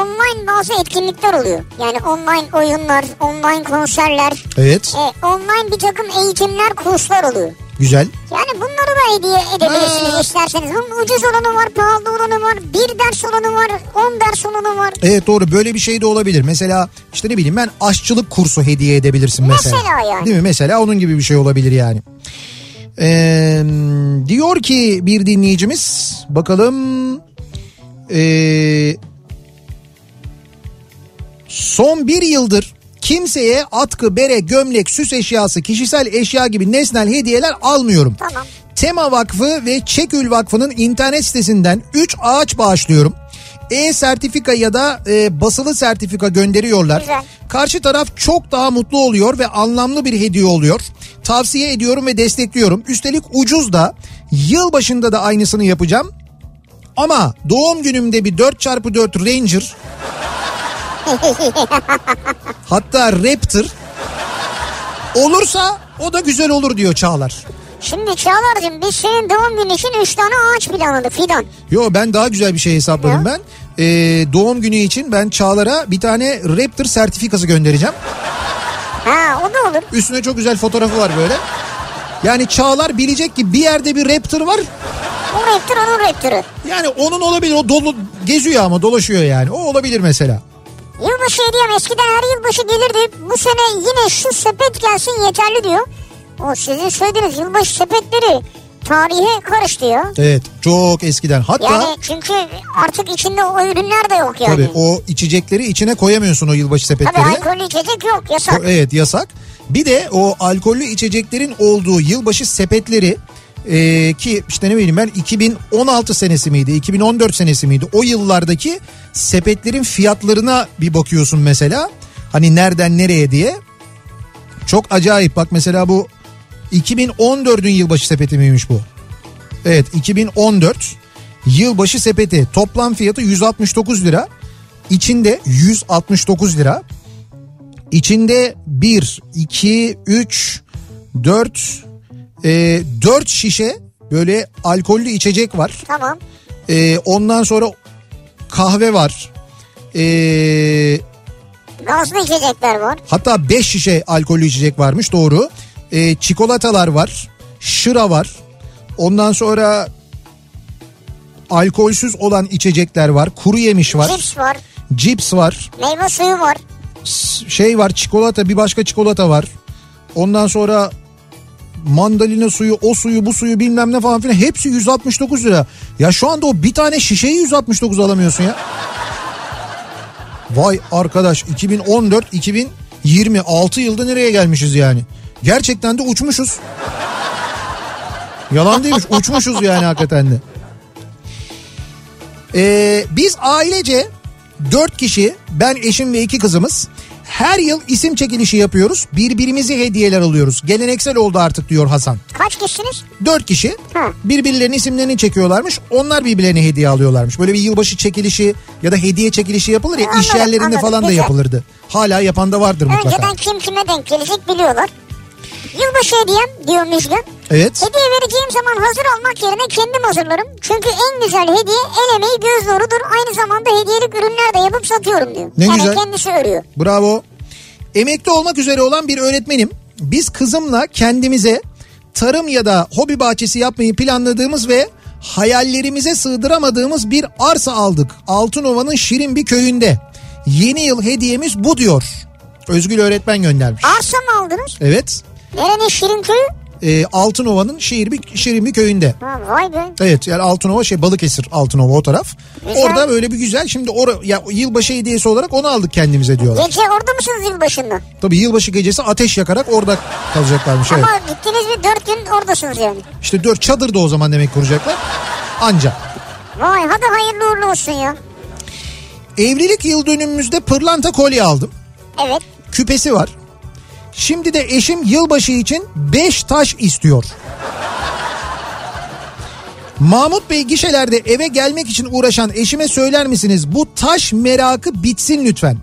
online bazı etkinlikler oluyor. Yani online oyunlar, online konserler, Evet. e, online bir takım eğitimler, kurslar oluyor. Güzel. Yani bunları da hediye edebilirsiniz Hmm. isterseniz. Bunun ucuz olanı var, pahalı olanı var, bir ders olanı var, on ders olanı var. Evet doğru böyle bir şey de olabilir. Mesela işte ne bileyim ben aşçılık kursu hediye edebilirsin mesela. Mesela yani. Değil mi? Mesela onun gibi bir şey olabilir yani. Ee, diyor ki bir dinleyicimiz bakalım ee, son bir yıldır kimseye atkı, bere, gömlek, süs eşyası, kişisel eşya gibi nesnel hediyeler almıyorum. Tamam. Tema Vakfı ve Çekül Vakfı'nın internet sitesinden 3 ağaç bağışlıyorum. E sertifika ya da e, basılı sertifika gönderiyorlar. Güzel. Karşı taraf çok daha mutlu oluyor ve anlamlı bir hediye oluyor. Tavsiye ediyorum ve destekliyorum. Üstelik ucuz da yılbaşında da aynısını yapacağım. Ama doğum günümde bir 4x4 Ranger hatta Raptor olursa o da güzel olur diyor Çağlar. Şimdi Çağlar'cığım biz senin doğum günün için üç tane ağaç bile aldık fidan. Yo ben daha güzel bir şey hesapladım Ne? ben. Ee, doğum günü için ben Çağlar'a bir tane Raptor sertifikası göndereceğim. Ha o da olur. Üstüne çok güzel fotoğrafı var böyle. Yani Çağlar bilecek ki bir yerde bir Raptor var. O reptör onun reptörü. Yani onun olabilir. O dolu geziyor ama dolaşıyor yani. O olabilir mesela. Yılbaşı hediyem eskiden her yılbaşı gelirdi. Bu sene yine şu sepet gelsin yeterli diyor. O sizin söylediğiniz yılbaşı sepetleri tarihe karıştı ya. Evet. Çok eskiden. Hatta Yani çünkü artık içinde o ürünler de yok yani. tabii o içecekleri içine koyamıyorsun o yılbaşı sepetleri. Tabii alkollü içecek yok yasak. O- Evet yasak. Bir de o alkollü içeceklerin olduğu yılbaşı sepetleri e, ki işte ne bileyim ben 2016 senesi miydi 2014 senesi miydi o yıllardaki sepetlerin fiyatlarına bir bakıyorsun mesela hani nereden nereye diye çok acayip bak mesela bu 2014'ün yılbaşı sepeti miymiş bu? Evet 2014 yılbaşı sepeti toplam fiyatı 169 lira içinde 169 lira İçinde 1, 2, 3, 4, 4 e, şişe böyle alkollü içecek var. Tamam. E, ondan sonra kahve var. E, Gazlı içecekler var. hatta 5 şişe alkollü içecek varmış doğru. E, çikolatalar var. Şıra var. Ondan sonra alkolsüz olan içecekler var. Kuru yemiş var. Cips var. Cips var. Meyve suyu var. şey var çikolata bir başka çikolata var. Ondan sonra mandalina suyu o suyu bu suyu bilmem ne falan filan hepsi 169 lira. Ya şu anda o bir tane şişeyi 169 alamıyorsun ya. Vay arkadaş 2014 2026 yılda nereye gelmişiz yani? Gerçekten de uçmuşuz. Yalan değilmiş uçmuşuz yani hakikaten de. Ee, biz ailece dört kişi ben eşim ve iki kızımız Her yıl isim çekilişi yapıyoruz. Birbirimizi hediyeler alıyoruz. Geleneksel oldu artık diyor Hasan. Kaç kişisiniz? Dört kişi Hı. birbirlerinin isimlerini çekiyorlarmış. Onlar birbirlerine hediye alıyorlarmış. Böyle bir yılbaşı çekilişi ya da hediye çekilişi yapılır ya Anladım, iş yerlerinde anladım, falan da güzel. yapılırdı. Hala yapan da vardır mutlaka. Önceden kim kime denk gelecek biliyorlar. Yılbaşı hediyem diyor Müjgan. Evet. Hediye vereceğim zaman hazır almak yerine kendim hazırlarım. Çünkü en güzel hediye el emeği göz nurudur. Aynı zamanda hediyelik ürünler de yapıp satıyorum diyor. Ne yani güzel. kendisi örüyor. Bravo. Emekli olmak üzere olan bir öğretmenim. Biz kızımla kendimize tarım ya da hobi bahçesi yapmayı planladığımız ve hayallerimize sığdıramadığımız bir arsa aldık. Altınova'nın şirin bir köyünde. Yeni yıl hediyemiz bu diyor. Özgül öğretmen göndermiş. Arsa mı aldınız? Evet. Nerenin şirin köyü? Ee, Altınova'nın şehir bir, şirin bir köyünde. Ha, vay be. Evet yani Altınova şey Balıkesir Altınova o taraf. Güzel. Orada böyle bir güzel şimdi or ya yılbaşı hediyesi olarak onu aldık kendimize diyorlar. Gece orada mısınız yılbaşında? Tabii yılbaşı gecesi ateş yakarak orada kalacaklarmış evet. Ama gittiniz mi dört gün oradasınız yani. İşte dört çadır da o zaman demek kuracaklar. Anca. Vay hadi hayırlı uğurlu olsun ya. Evlilik yıl dönümümüzde pırlanta kolye aldım. Evet. Küpesi var. Şimdi de eşim yılbaşı için 5 taş istiyor. Mahmut Bey gişelerde eve gelmek için uğraşan eşime söyler misiniz? Bu taş merakı bitsin lütfen.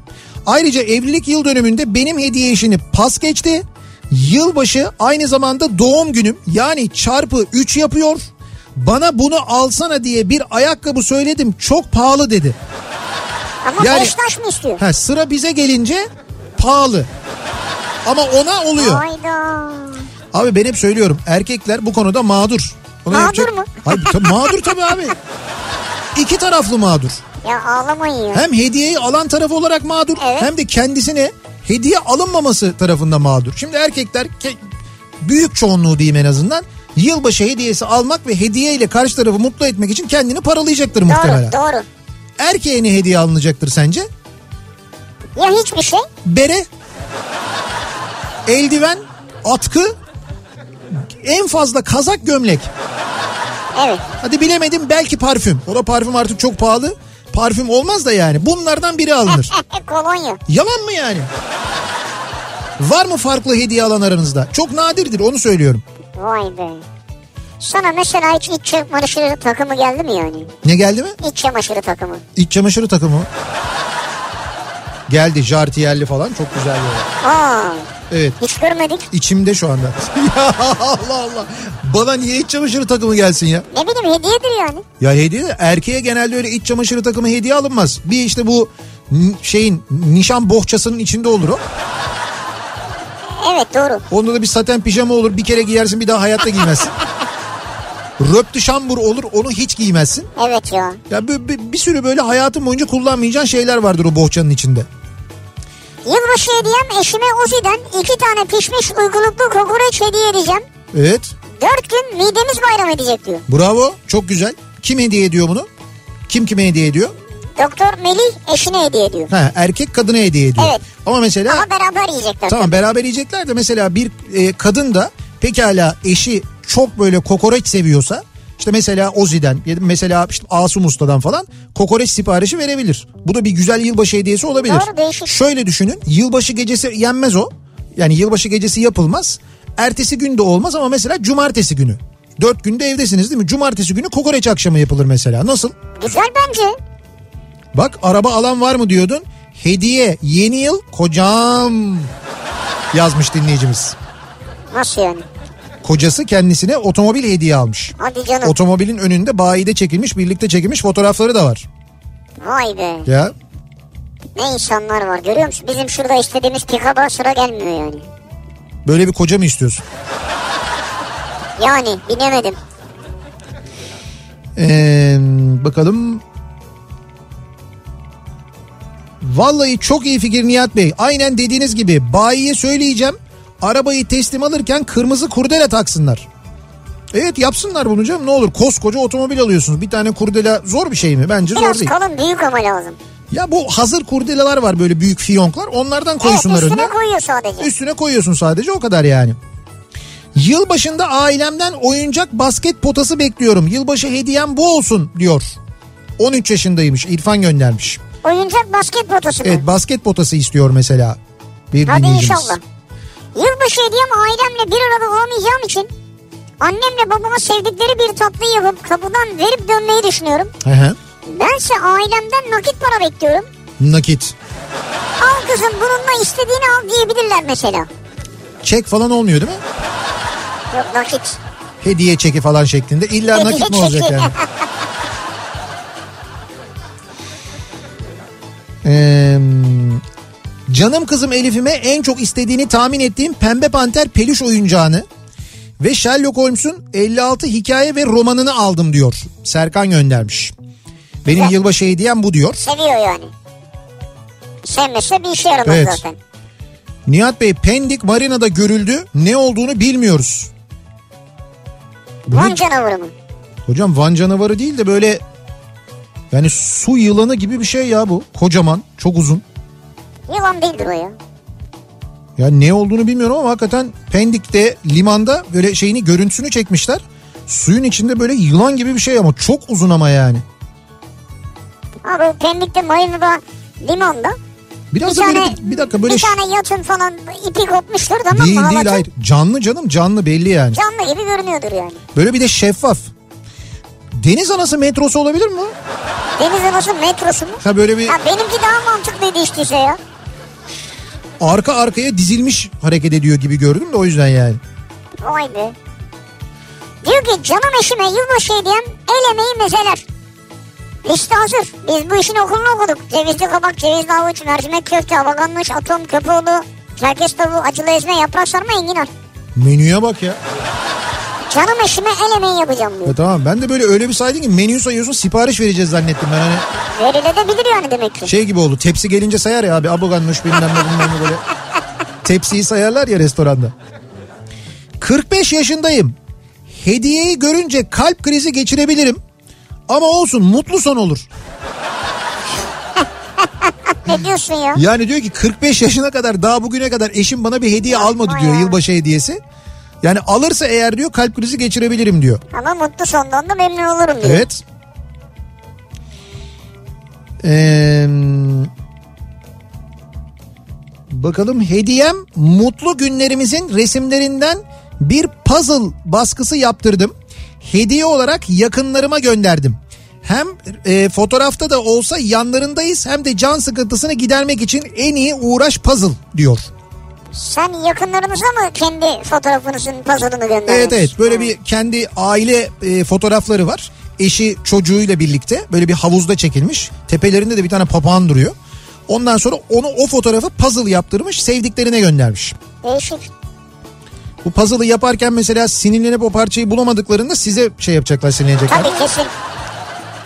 Ayrıca evlilik yıl dönümünde benim hediye işini pas geçti. Yılbaşı aynı zamanda doğum günüm yani çarpı 3 yapıyor. Bana bunu alsana diye bir ayakkabı söyledim çok pahalı dedi. Ama Yani- beş taş mı istiyor? Ha, sıra bize gelince pahalı. Ama ona oluyor. Hayda. Abi ben hep söylüyorum erkekler bu konuda mağdur. Ona Mağdur mu? Hayır, tabii mağdur tabii abi. İki taraflı mağdur. Ya ağlamayın ya. Hem hediyeyi alan taraf olarak mağdur Evet. hem de kendisine hediye alınmaması tarafında mağdur. Şimdi erkekler ke- büyük çoğunluğu diyeyim en azından yılbaşı hediyesi almak ve hediye ile karşı tarafı mutlu etmek için kendini paralayacaktır muhtemelen. Doğru doğru. Erkeğe ne hediye alınacaktır sence? Ya hiçbir şey. bere, eldiven, atkı, en fazla kazak gömlek. Evet. Hadi bilemedim belki parfüm. O da parfüm artık çok pahalı. Parfüm olmaz da yani. Bunlardan biri alınır. E, Kolonya. Yalan mı yani? Var mı farklı hediye alan aranızda? Çok nadirdir onu söylüyorum. Vay be. Sana mesela hiç iç çamaşırı takımı geldi mi yani? Ne geldi mi? İç çamaşırı takımı. İç çamaşırı takımı. Geldi jartiyerli falan çok güzel. yani. Aa, Evet. hiç görmedik. içimde şu anda. ya Allah Allah. Bana niye iç çamaşırı takımı gelsin ya? Ne bileyim hediyedir yani. Ya hediye de erkeğe genelde öyle iç çamaşırı takımı hediye alınmaz. Bir işte bu n- şeyin nişan bohçasının içinde olur o. Evet doğru. Onda da bir saten pijama olur. Bir kere giyersin bir daha hayatta giymezsin. Röptü şambur olur onu hiç giymezsin. Evet ya. Ya bir, bir sürü böyle hayatın boyunca kullanmayacağın şeyler vardır o bohçanın içinde. Yılbaşı hediyem eşime Uzi'den iki tane pişmiş uyguluklu kokoreç hediye edeceğim. Evet Dört gün midemiz bayram edecek diyor. bravo çok güzel. Kim hediye ediyor bunu? Kim kime hediye ediyor? Doktor Melih eşine hediye ediyor. Ha, erkek kadına hediye ediyor. Evet. Ama mesela... Ama beraber yiyecekler. Tamam beraber yiyecekler de mesela bir e, kadın da pekala eşi çok böyle kokoreç seviyorsa işte mesela Ozi'den ya da mesela işte Asım Usta'dan falan kokoreç siparişi verebilir. Bu da bir güzel yılbaşı hediyesi olabilir. Doğru, değişik. Şöyle düşünün yılbaşı gecesi yenmez o. Yani yılbaşı gecesi yapılmaz. Ertesi gün de olmaz ama mesela cumartesi günü. Dört günde evdesiniz değil mi? Cumartesi günü kokoreç akşamı yapılır mesela. Nasıl? Güzel bence. Bak araba alan var mı diyordun. Hediye yeni yıl kocam yazmış dinleyicimiz. Nasıl yani? Kocası kendisine otomobil hediye almış. Hadi canım. Otomobilin önünde bayide çekilmiş, birlikte çekilmiş fotoğrafları da var. Vay be. Ya Ne insanlar var görüyor musun? Bizim şurada istediğimiz pikaba sıra gelmiyor yani. böyle bir koca mı istiyorsun? Yani binemedim. Ee, bakalım. Vallahi çok iyi fikir Nihat Bey. Aynen dediğiniz gibi bayiye söyleyeceğim. Arabayı teslim alırken kırmızı kurdele taksınlar. Evet yapsınlar bunu canım ne olur. Koskoca otomobil alıyorsunuz. Bir tane kurdele zor bir şey mi? Bence zor Biraz değil. kalın büyük ama lazım. Ya bu hazır kurdeleler var böyle büyük fiyonklar. Onlardan koysunlar evet üstüne önüne. koyuyor sadece. Üstüne koyuyorsun sadece o kadar yani. Yılbaşında ailemden oyuncak basket potası bekliyorum. Yılbaşı hediyem bu olsun diyor. 13 yaşındaymış İrfan göndermiş. Oyuncak basket potası mı? Evet basket potası istiyor mesela. Bir Hadi dinleyicimiz. inşallah. Yılbaşı hediyem ailemle bir arada olamayacağım için annemle babama sevdikleri bir tatlı yapıp kapıdan verip dönmeyi düşünüyorum. Hı hı. Bense ailemden nakit para bekliyorum. Nakit. Al kızım bununla istediğini al diyebilirler mesela. Çek falan olmuyor değil mi? Yok nakit. Hediye çeki falan şeklinde. İlla nakit mi olacak yani? Ee, canım kızım Elif'ime en çok istediğini tahmin ettiğim Pembe Panter peluş oyuncağını ve Sherlock Holmes'un 56 hikaye ve romanını aldım diyor. Serkan göndermiş. Benim Güzel. yılbaşı hediyem bu diyor. Seviyor yani. Sevmese bir işe yaramaz Evet. zaten. Nihat Bey Pendik Marina'da görüldü. Ne olduğunu bilmiyoruz. Bunu- Van canavarı mı? hocam Van canavarı değil de böyle yani su yılanı gibi bir şey ya bu. Kocaman, çok uzun. Yılan değildir o ya. Ya ne olduğunu bilmiyorum ama hakikaten Pendik'te limanda böyle şeyini görüntüsünü çekmişler. Suyun içinde böyle yılan gibi bir şey ama çok uzun ama yani. Abi Pendik'te Mayınlı'da limanda Biraz bir da tane, böyle bir dakika böyle bir ş- tane yatın falan ipi kopmuştur tamam değil mı? değil Hava hayır canlı canım canlı belli yani. Canlı gibi görünüyordur yani. Böyle bir de şeffaf. Deniz anası metrosu olabilir mi? bu? Deniz anası metrosu mu? Ha böyle bir Ya benimki daha mantıklıydı işte şey ya. arka arkaya dizilmiş hareket ediyor gibi gördüm de o yüzden yani. Vay be. Diyor ki canım eşime yılbaşı hediyem el emeği mezeler. Liste hazır. Biz bu işin okulunu okuduk. Cevizli kabak, cevizli havuç, mercimek köfte, havaganmış, atom, köpoğlu, çerkez tavuğu, acılı ezme, yaprak sarma, enginar. Menüye bak ya. Canım eşime el emeği yapacağım diyor. ya. Tamam ben de böyle öyle bir saydın ki menüyü sayıyorsun sipariş vereceğiz zannettim ben hani. Verilebilir yani demek ki. Şey gibi oldu tepsi gelince sayar ya abi aboganmış bilmem ne bilmem ne böyle. Tepsiyi sayarlar ya restoranda. 45 yaşındayım. Hediyeyi görünce kalp krizi geçirebilirim. Ama olsun mutlu son olur. Ne diyorsun ya? Yani diyor ki 45 yaşına kadar daha bugüne kadar eşim bana bir hediye almadı diyor ya. yılbaşı hediyesi. Yani alırsa eğer diyor kalp krizi geçirebilirim diyor. Ama mutlu sondan da memnun olurum diyor. Evet. Ee, bakalım hediyem mutlu günlerimizin resimlerinden bir puzzle baskısı yaptırdım. Hediye olarak yakınlarıma gönderdim. Hem e, fotoğrafta da olsa yanlarındayız hem de can sıkıntısını gidermek için en iyi uğraş puzzle diyor. Sen yakınlarınıza mı kendi fotoğrafınızın puzzle'ını gönderdin? Evet evet böyle bir kendi aile e, fotoğrafları var. Eşi çocuğuyla birlikte böyle bir havuzda çekilmiş. Tepelerinde de bir tane papağan duruyor. Ondan sonra onu o fotoğrafı puzzle yaptırmış sevdiklerine göndermiş. Değişik. Bu puzzle'ı yaparken mesela sinirlenip o parçayı bulamadıklarında size şey yapacaklar sinirlenecekler. Tabii kesin.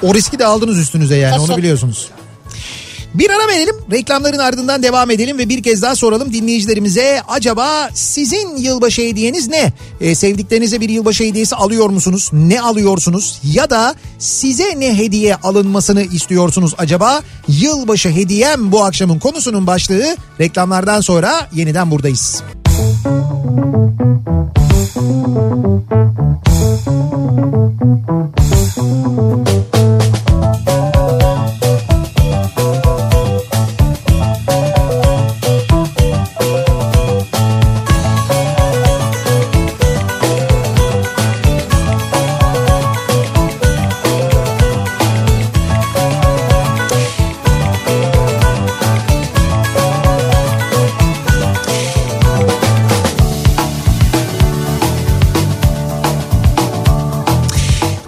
O riski de aldınız üstünüze yani onu Kesin. biliyorsunuz. Bir ara verelim reklamların ardından devam edelim ve bir kez daha soralım dinleyicilerimize acaba sizin yılbaşı hediyeniz ne? Ee, sevdiklerinize bir yılbaşı hediyesi alıyor musunuz? Ne alıyorsunuz? Ya da size ne hediye alınmasını istiyorsunuz acaba? Yılbaşı hediyem bu akşamın konusunun başlığı reklamlardan sonra yeniden buradayız.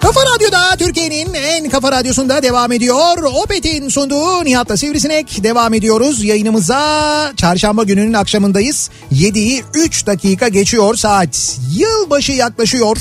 Kafa Radyo'da Türkiye'nin en kafa radyosunda devam ediyor. Opet'in sunduğu Nihat'la Sivrisinek devam ediyoruz. Yayınımıza çarşamba gününün akşamındayız. 7'yi 3 dakika geçiyor saat. Yılbaşı yaklaşıyor.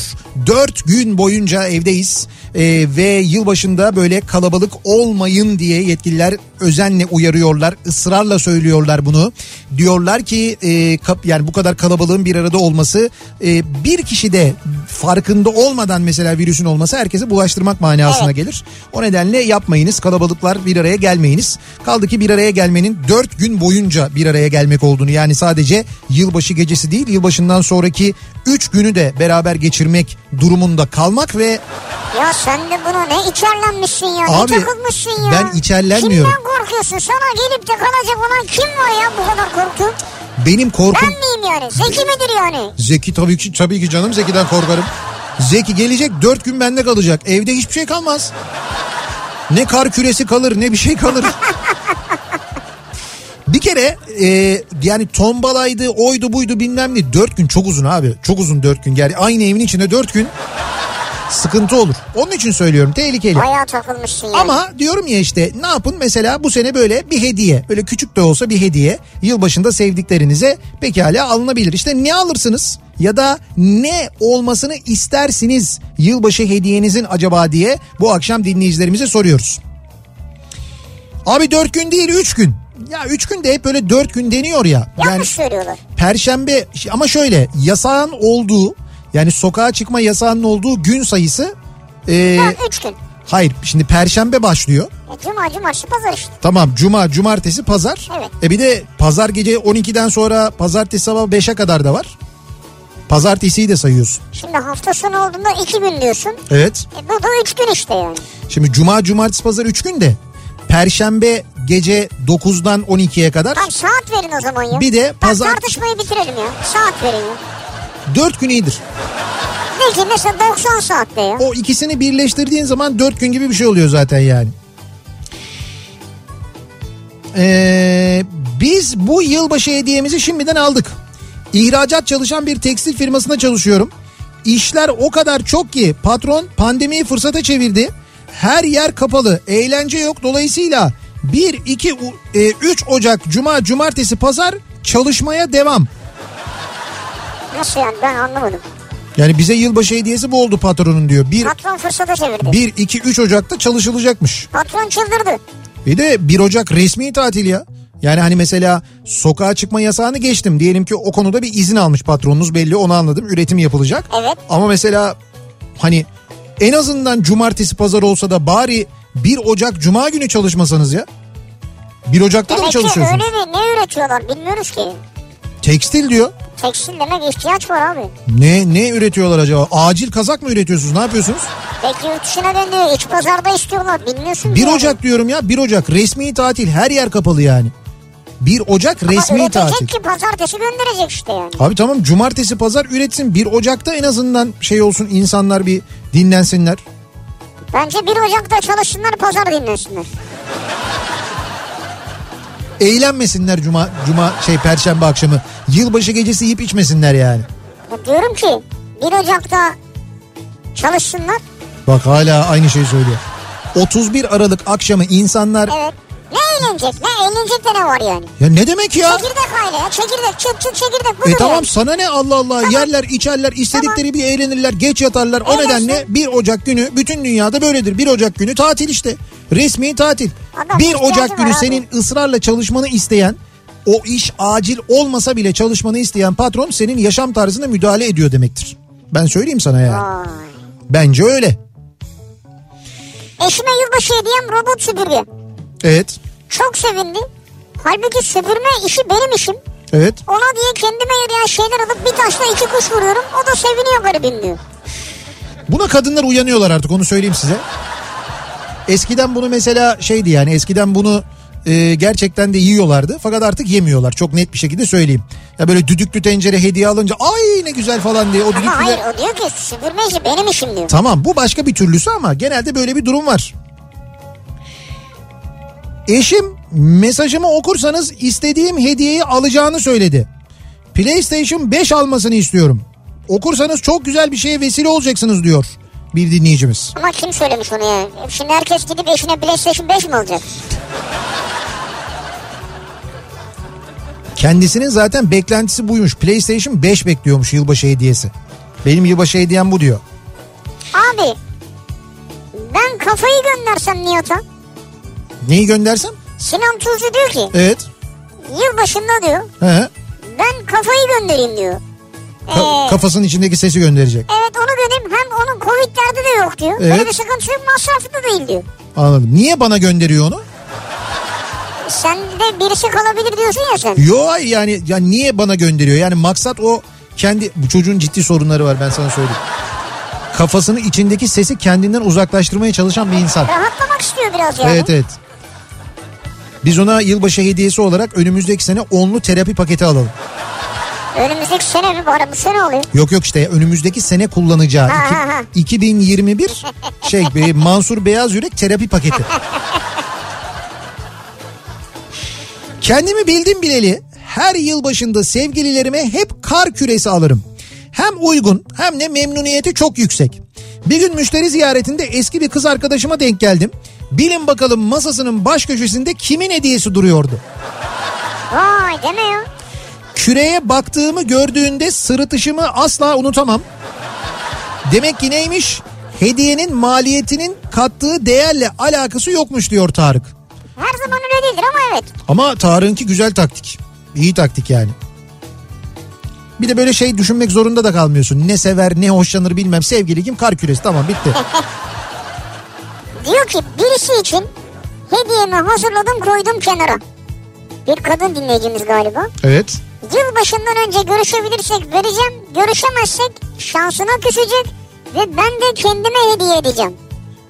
4 gün boyunca evdeyiz. Ee, ve yılbaşında böyle kalabalık olmayın diye yetkililer özenle uyarıyorlar. ısrarla söylüyorlar bunu. Diyorlar ki e, kap, yani bu kadar kalabalığın bir arada olması e, bir kişi de farkında olmadan mesela virüsün olması herkese bulaştırmak manasına Evet. gelir. O nedenle yapmayınız kalabalıklar bir araya gelmeyiniz. Kaldı ki bir araya gelmenin dört gün boyunca bir araya gelmek olduğunu yani sadece yılbaşı gecesi değil yılbaşından sonraki üç günü de beraber geçirmek durumunda kalmak ve Ya sen de buna ne içerlenmişsin ya? Abi, ne takılmışsın ya? ben içerlenmiyorum. Kimden korkuyorsun? Sana gelip de kalacak olan kim var ya bu kadar korku? Benim korkum... Ben miyim yani? Zeki midir yani? Zeki tabii ki, tabii ki canım Zeki'den korkarım. Zeki gelecek dört gün bende kalacak. Evde hiçbir şey kalmaz. Ne kar küresi kalır ne bir şey kalır. bir kere e, yani tombalaydı oydu buydu bilmem ne dört gün çok uzun abi. Çok uzun dört gün yani aynı evin içinde dört gün sıkıntı olur. Onun için söylüyorum tehlikeli. Bayağı takılmışsın yani. Ama diyorum ya işte ne yapın mesela bu sene böyle bir hediye böyle küçük de olsa bir hediye yılbaşında sevdiklerinize pekala alınabilir. İşte ne alırsınız ya da ne olmasını istersiniz yılbaşı hediyenizin acaba diye bu akşam dinleyicilerimize soruyoruz. Abi dört gün değil üç gün. Ya üç gün de hep böyle dört gün deniyor ya. Yani Yanlış söylüyorlar. Perşembe ama şöyle yasağın olduğu yani sokağa çıkma yasağının olduğu gün sayısı e, Ha, üç gün. Hayır şimdi perşembe başlıyor. E, cuma, cumartesi, pazar işte. Tamam cuma, cumartesi, pazar. Evet. E bir de pazar gece 12'den sonra pazartesi sabah 5'e kadar da var. Pazartesiyi de sayıyorsun. Şimdi hafta sonu olduğunda iki gün diyorsun. Evet. E, bu da üç gün işte yani. Şimdi cuma, cumartesi, pazar 3 gün de. Perşembe gece 9'dan 12'ye kadar Tam saat verin o zaman ya. Bir de Bak, pazar- tartışmayı bitirelim ya. Saat verin ya. 4 gün iyidir. Ne ki mesela 90 saatte ya. O ikisini birleştirdiğin zaman 4 gün gibi bir şey oluyor zaten yani. Ee, biz bu yılbaşı hediyemizi şimdiden aldık. İhracat çalışan bir tekstil firmasında çalışıyorum. İşler o kadar çok ki patron pandemiyi fırsata çevirdi. Her yer kapalı, eğlence yok. Dolayısıyla 1, 2, 3 e, Ocak, Cuma, Cumartesi, Pazar çalışmaya devam. Nasıl yani ben anlamadım. Yani bize yılbaşı hediyesi bu oldu patronun diyor. 1, Patron fırsata çevirdi. 1 2, 3 Ocak'ta çalışılacakmış. Patron çıldırdı. Bir de 1 Ocak resmi tatil ya. Yani hani mesela sokağa çıkma yasağını geçtim. Diyelim ki o konuda bir izin almış patronunuz belli onu anladım. Üretim yapılacak. Evet. Ama mesela hani en azından cumartesi pazar olsa da bari 1 Ocak cuma günü çalışmasanız ya. 1 Ocak'ta da mı Demek ki çalışıyorsunuz? öyle mi? Ne üretiyorlar bilmiyoruz ki. Tekstil diyor. Tekstil demek ihtiyaç var abi. Ne ne üretiyorlar acaba? Acil kazak mı üretiyorsunuz? Ne yapıyorsunuz? Belki yurt dışına döndü. İç pazarda istiyorlar. Bilmiyorsun. 1 yani. Ocak diyorum ya 1 Ocak resmi tatil her yer kapalı yani. 1 Ocak Ama resmi üretecek tatil. ki pazartesi gönderecek işte yani. Abi tamam cumartesi pazar üretsin. 1 Ocak'ta en azından şey olsun insanlar bir dinlensinler. Bence 1 Ocak'ta çalışsınlar pazar dinlensinler. Eğlenmesinler cuma cuma şey perşembe akşamı. Yılbaşı gecesi yiyip içmesinler yani. Ya diyorum ki 1 Ocak'ta çalışsınlar. Bak hala aynı şeyi söylüyor. 31 Aralık akşamı insanlar Evet. Ne eğlenecek? Ne eğlenecek de ne var yani? ya ne demek ya? Çekirdek aile ya. Çekirdek. Çıt çıt çekirdek. Budur E tamam yani. sana ne Allah Allah yerler içerler istedikleri bir eğlenirler geç yatarlar o Evet nedenle işte. 1 Ocak günü bütün dünyada böyledir 1 Ocak günü tatil işte resmi tatil Adam 1 ihtiyacı Ocak var günü abi. senin ısrarla çalışmanı isteyen o iş acil olmasa bile çalışmanı isteyen patron senin yaşam tarzına müdahale ediyor demektir ben söyleyeyim sana yani Vay. bence öyle Eşime yılbaşı hediyem robot süpürge. evet Çok sevindim. Halbuki süpürme işi benim işim. evet Ona diye kendime yarayan şeyler alıp bir taşla iki kuş vuruyorum. O da seviniyor garibim diyor. Buna kadınlar uyanıyorlar artık onu söyleyeyim size. Eskiden bunu mesela şeydi yani eskiden bunu e, gerçekten de yiyorlardı. Fakat artık yemiyorlar çok net bir şekilde söyleyeyim. Ya böyle düdüklü tencere hediye alınca ay ne güzel falan diye o Ama hayır düdüklüler... o diyor ki süpürme işi benim işim diyor. Tamam bu başka bir türlüsü ama genelde böyle bir durum var. Eşim mesajımı okursanız istediğim hediyeyi alacağını söyledi. PlayStation 5 almasını istiyorum. Okursanız çok güzel bir şeye vesile olacaksınız diyor bir dinleyicimiz. Ama kim söylemiş onu ya? E, Şimdi herkes gidip eşine PlayStation 5 mi alacak? Kendisinin zaten beklentisi buymuş. PlayStation 5 bekliyormuş yılbaşı hediyesi. Benim yılbaşı hediyem bu diyor. Abi ben kafayı göndersem Nihat'a. Neyi göndersem? Sinan Tuzcu diyor ki Evet. yılbaşında diyor He. ben kafayı göndereyim diyor. Ka- Ee, kafasının içindeki sesi gönderecek. evet onu göndereyim hem onun Covid derdi de yok diyor. Evet. Öyle bir sıkıntısı yok masrafı da değil diyor. Anladım. Niye bana gönderiyor onu? Sen de birisi kalabilir diyorsun ya sen. Yo hayır yani ya niye bana gönderiyor? Yani maksat o kendi bu çocuğun ciddi sorunları var ben sana söyleyeyim. Kafasını içindeki sesi kendinden uzaklaştırmaya çalışan bir insan. Rahatlamak istiyor biraz yani. Evet evet. Biz ona yılbaşı hediyesi olarak önümüzdeki sene onlu terapi paketi alalım. Önümüzdeki sene mi bu arada bu sene oluyor. Yok yok işte önümüzdeki sene kullanacağı Ha, iki- ha, ha. 2021 şey e, Mansur Beyaz Yürek terapi paketi. Kendimi bildim bileli her yıl başında sevgililerime hep kar küresi alırım. Hem uygun hem de memnuniyeti çok yüksek. Bir gün müşteri ziyaretinde eski bir kız arkadaşıma denk geldim. Bilin bakalım masasının baş köşesinde kimin hediyesi duruyordu. Vay deme ya. Küreye baktığımı gördüğünde sırıtışımı asla unutamam. Demek ki neymiş? Hediyenin maliyetinin kattığı değerle alakası yokmuş diyor Tarık. Her zaman öyle değildir ama evet. Ama Tarık'ınki güzel taktik. İyi taktik yani. Bir de böyle şey düşünmek zorunda da kalmıyorsun. Ne sever ne hoşlanır bilmem sevgili kim kar küresi tamam bitti. Diyor ki birisi için hediyemi hazırladım koydum kenara. Bir kadın dinleyicimiz galiba. Evet. Yılbaşından önce görüşebilirsek vereceğim. Görüşemezsek şansına küsecek. Ve ben de kendime hediye edeceğim.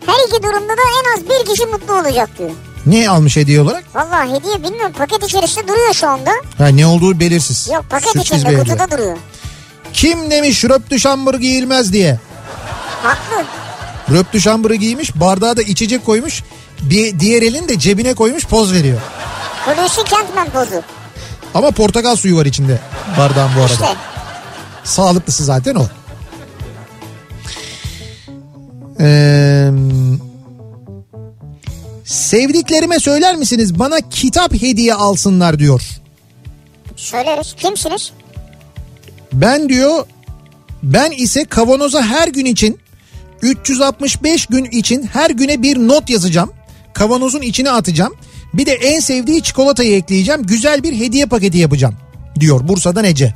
Her iki durumda da en az bir kişi mutlu olacak diyor. Ne almış hediye olarak? Vallahi hediye bilmiyorum paket içerisinde duruyor şu anda. Ha, ne olduğu belirsiz. Yok paket Sürpriz bir içinde hediye. kutuda duruyor. Kim demiş röptü şambır giyilmez diye. Haklı. Röptü şambırı giymiş bardağa da içecek koymuş. Bir diğer elini de cebine koymuş poz veriyor. Hulusi Kentmen pozu. Ama portakal suyu var içinde bardağın bu arada. İşte. Sağlıklısı zaten o. Ee, sevdiklerime söyler misiniz bana kitap hediye alsınlar diyor. Söyleriz. Kimsiniz? Ben diyor ben ise kavanoza her gün için 365 gün için her güne bir not yazacağım. Kavanozun içine atacağım. Bir de en sevdiği çikolatayı ekleyeceğim. Güzel bir hediye paketi yapacağım diyor Bursa'dan Ece.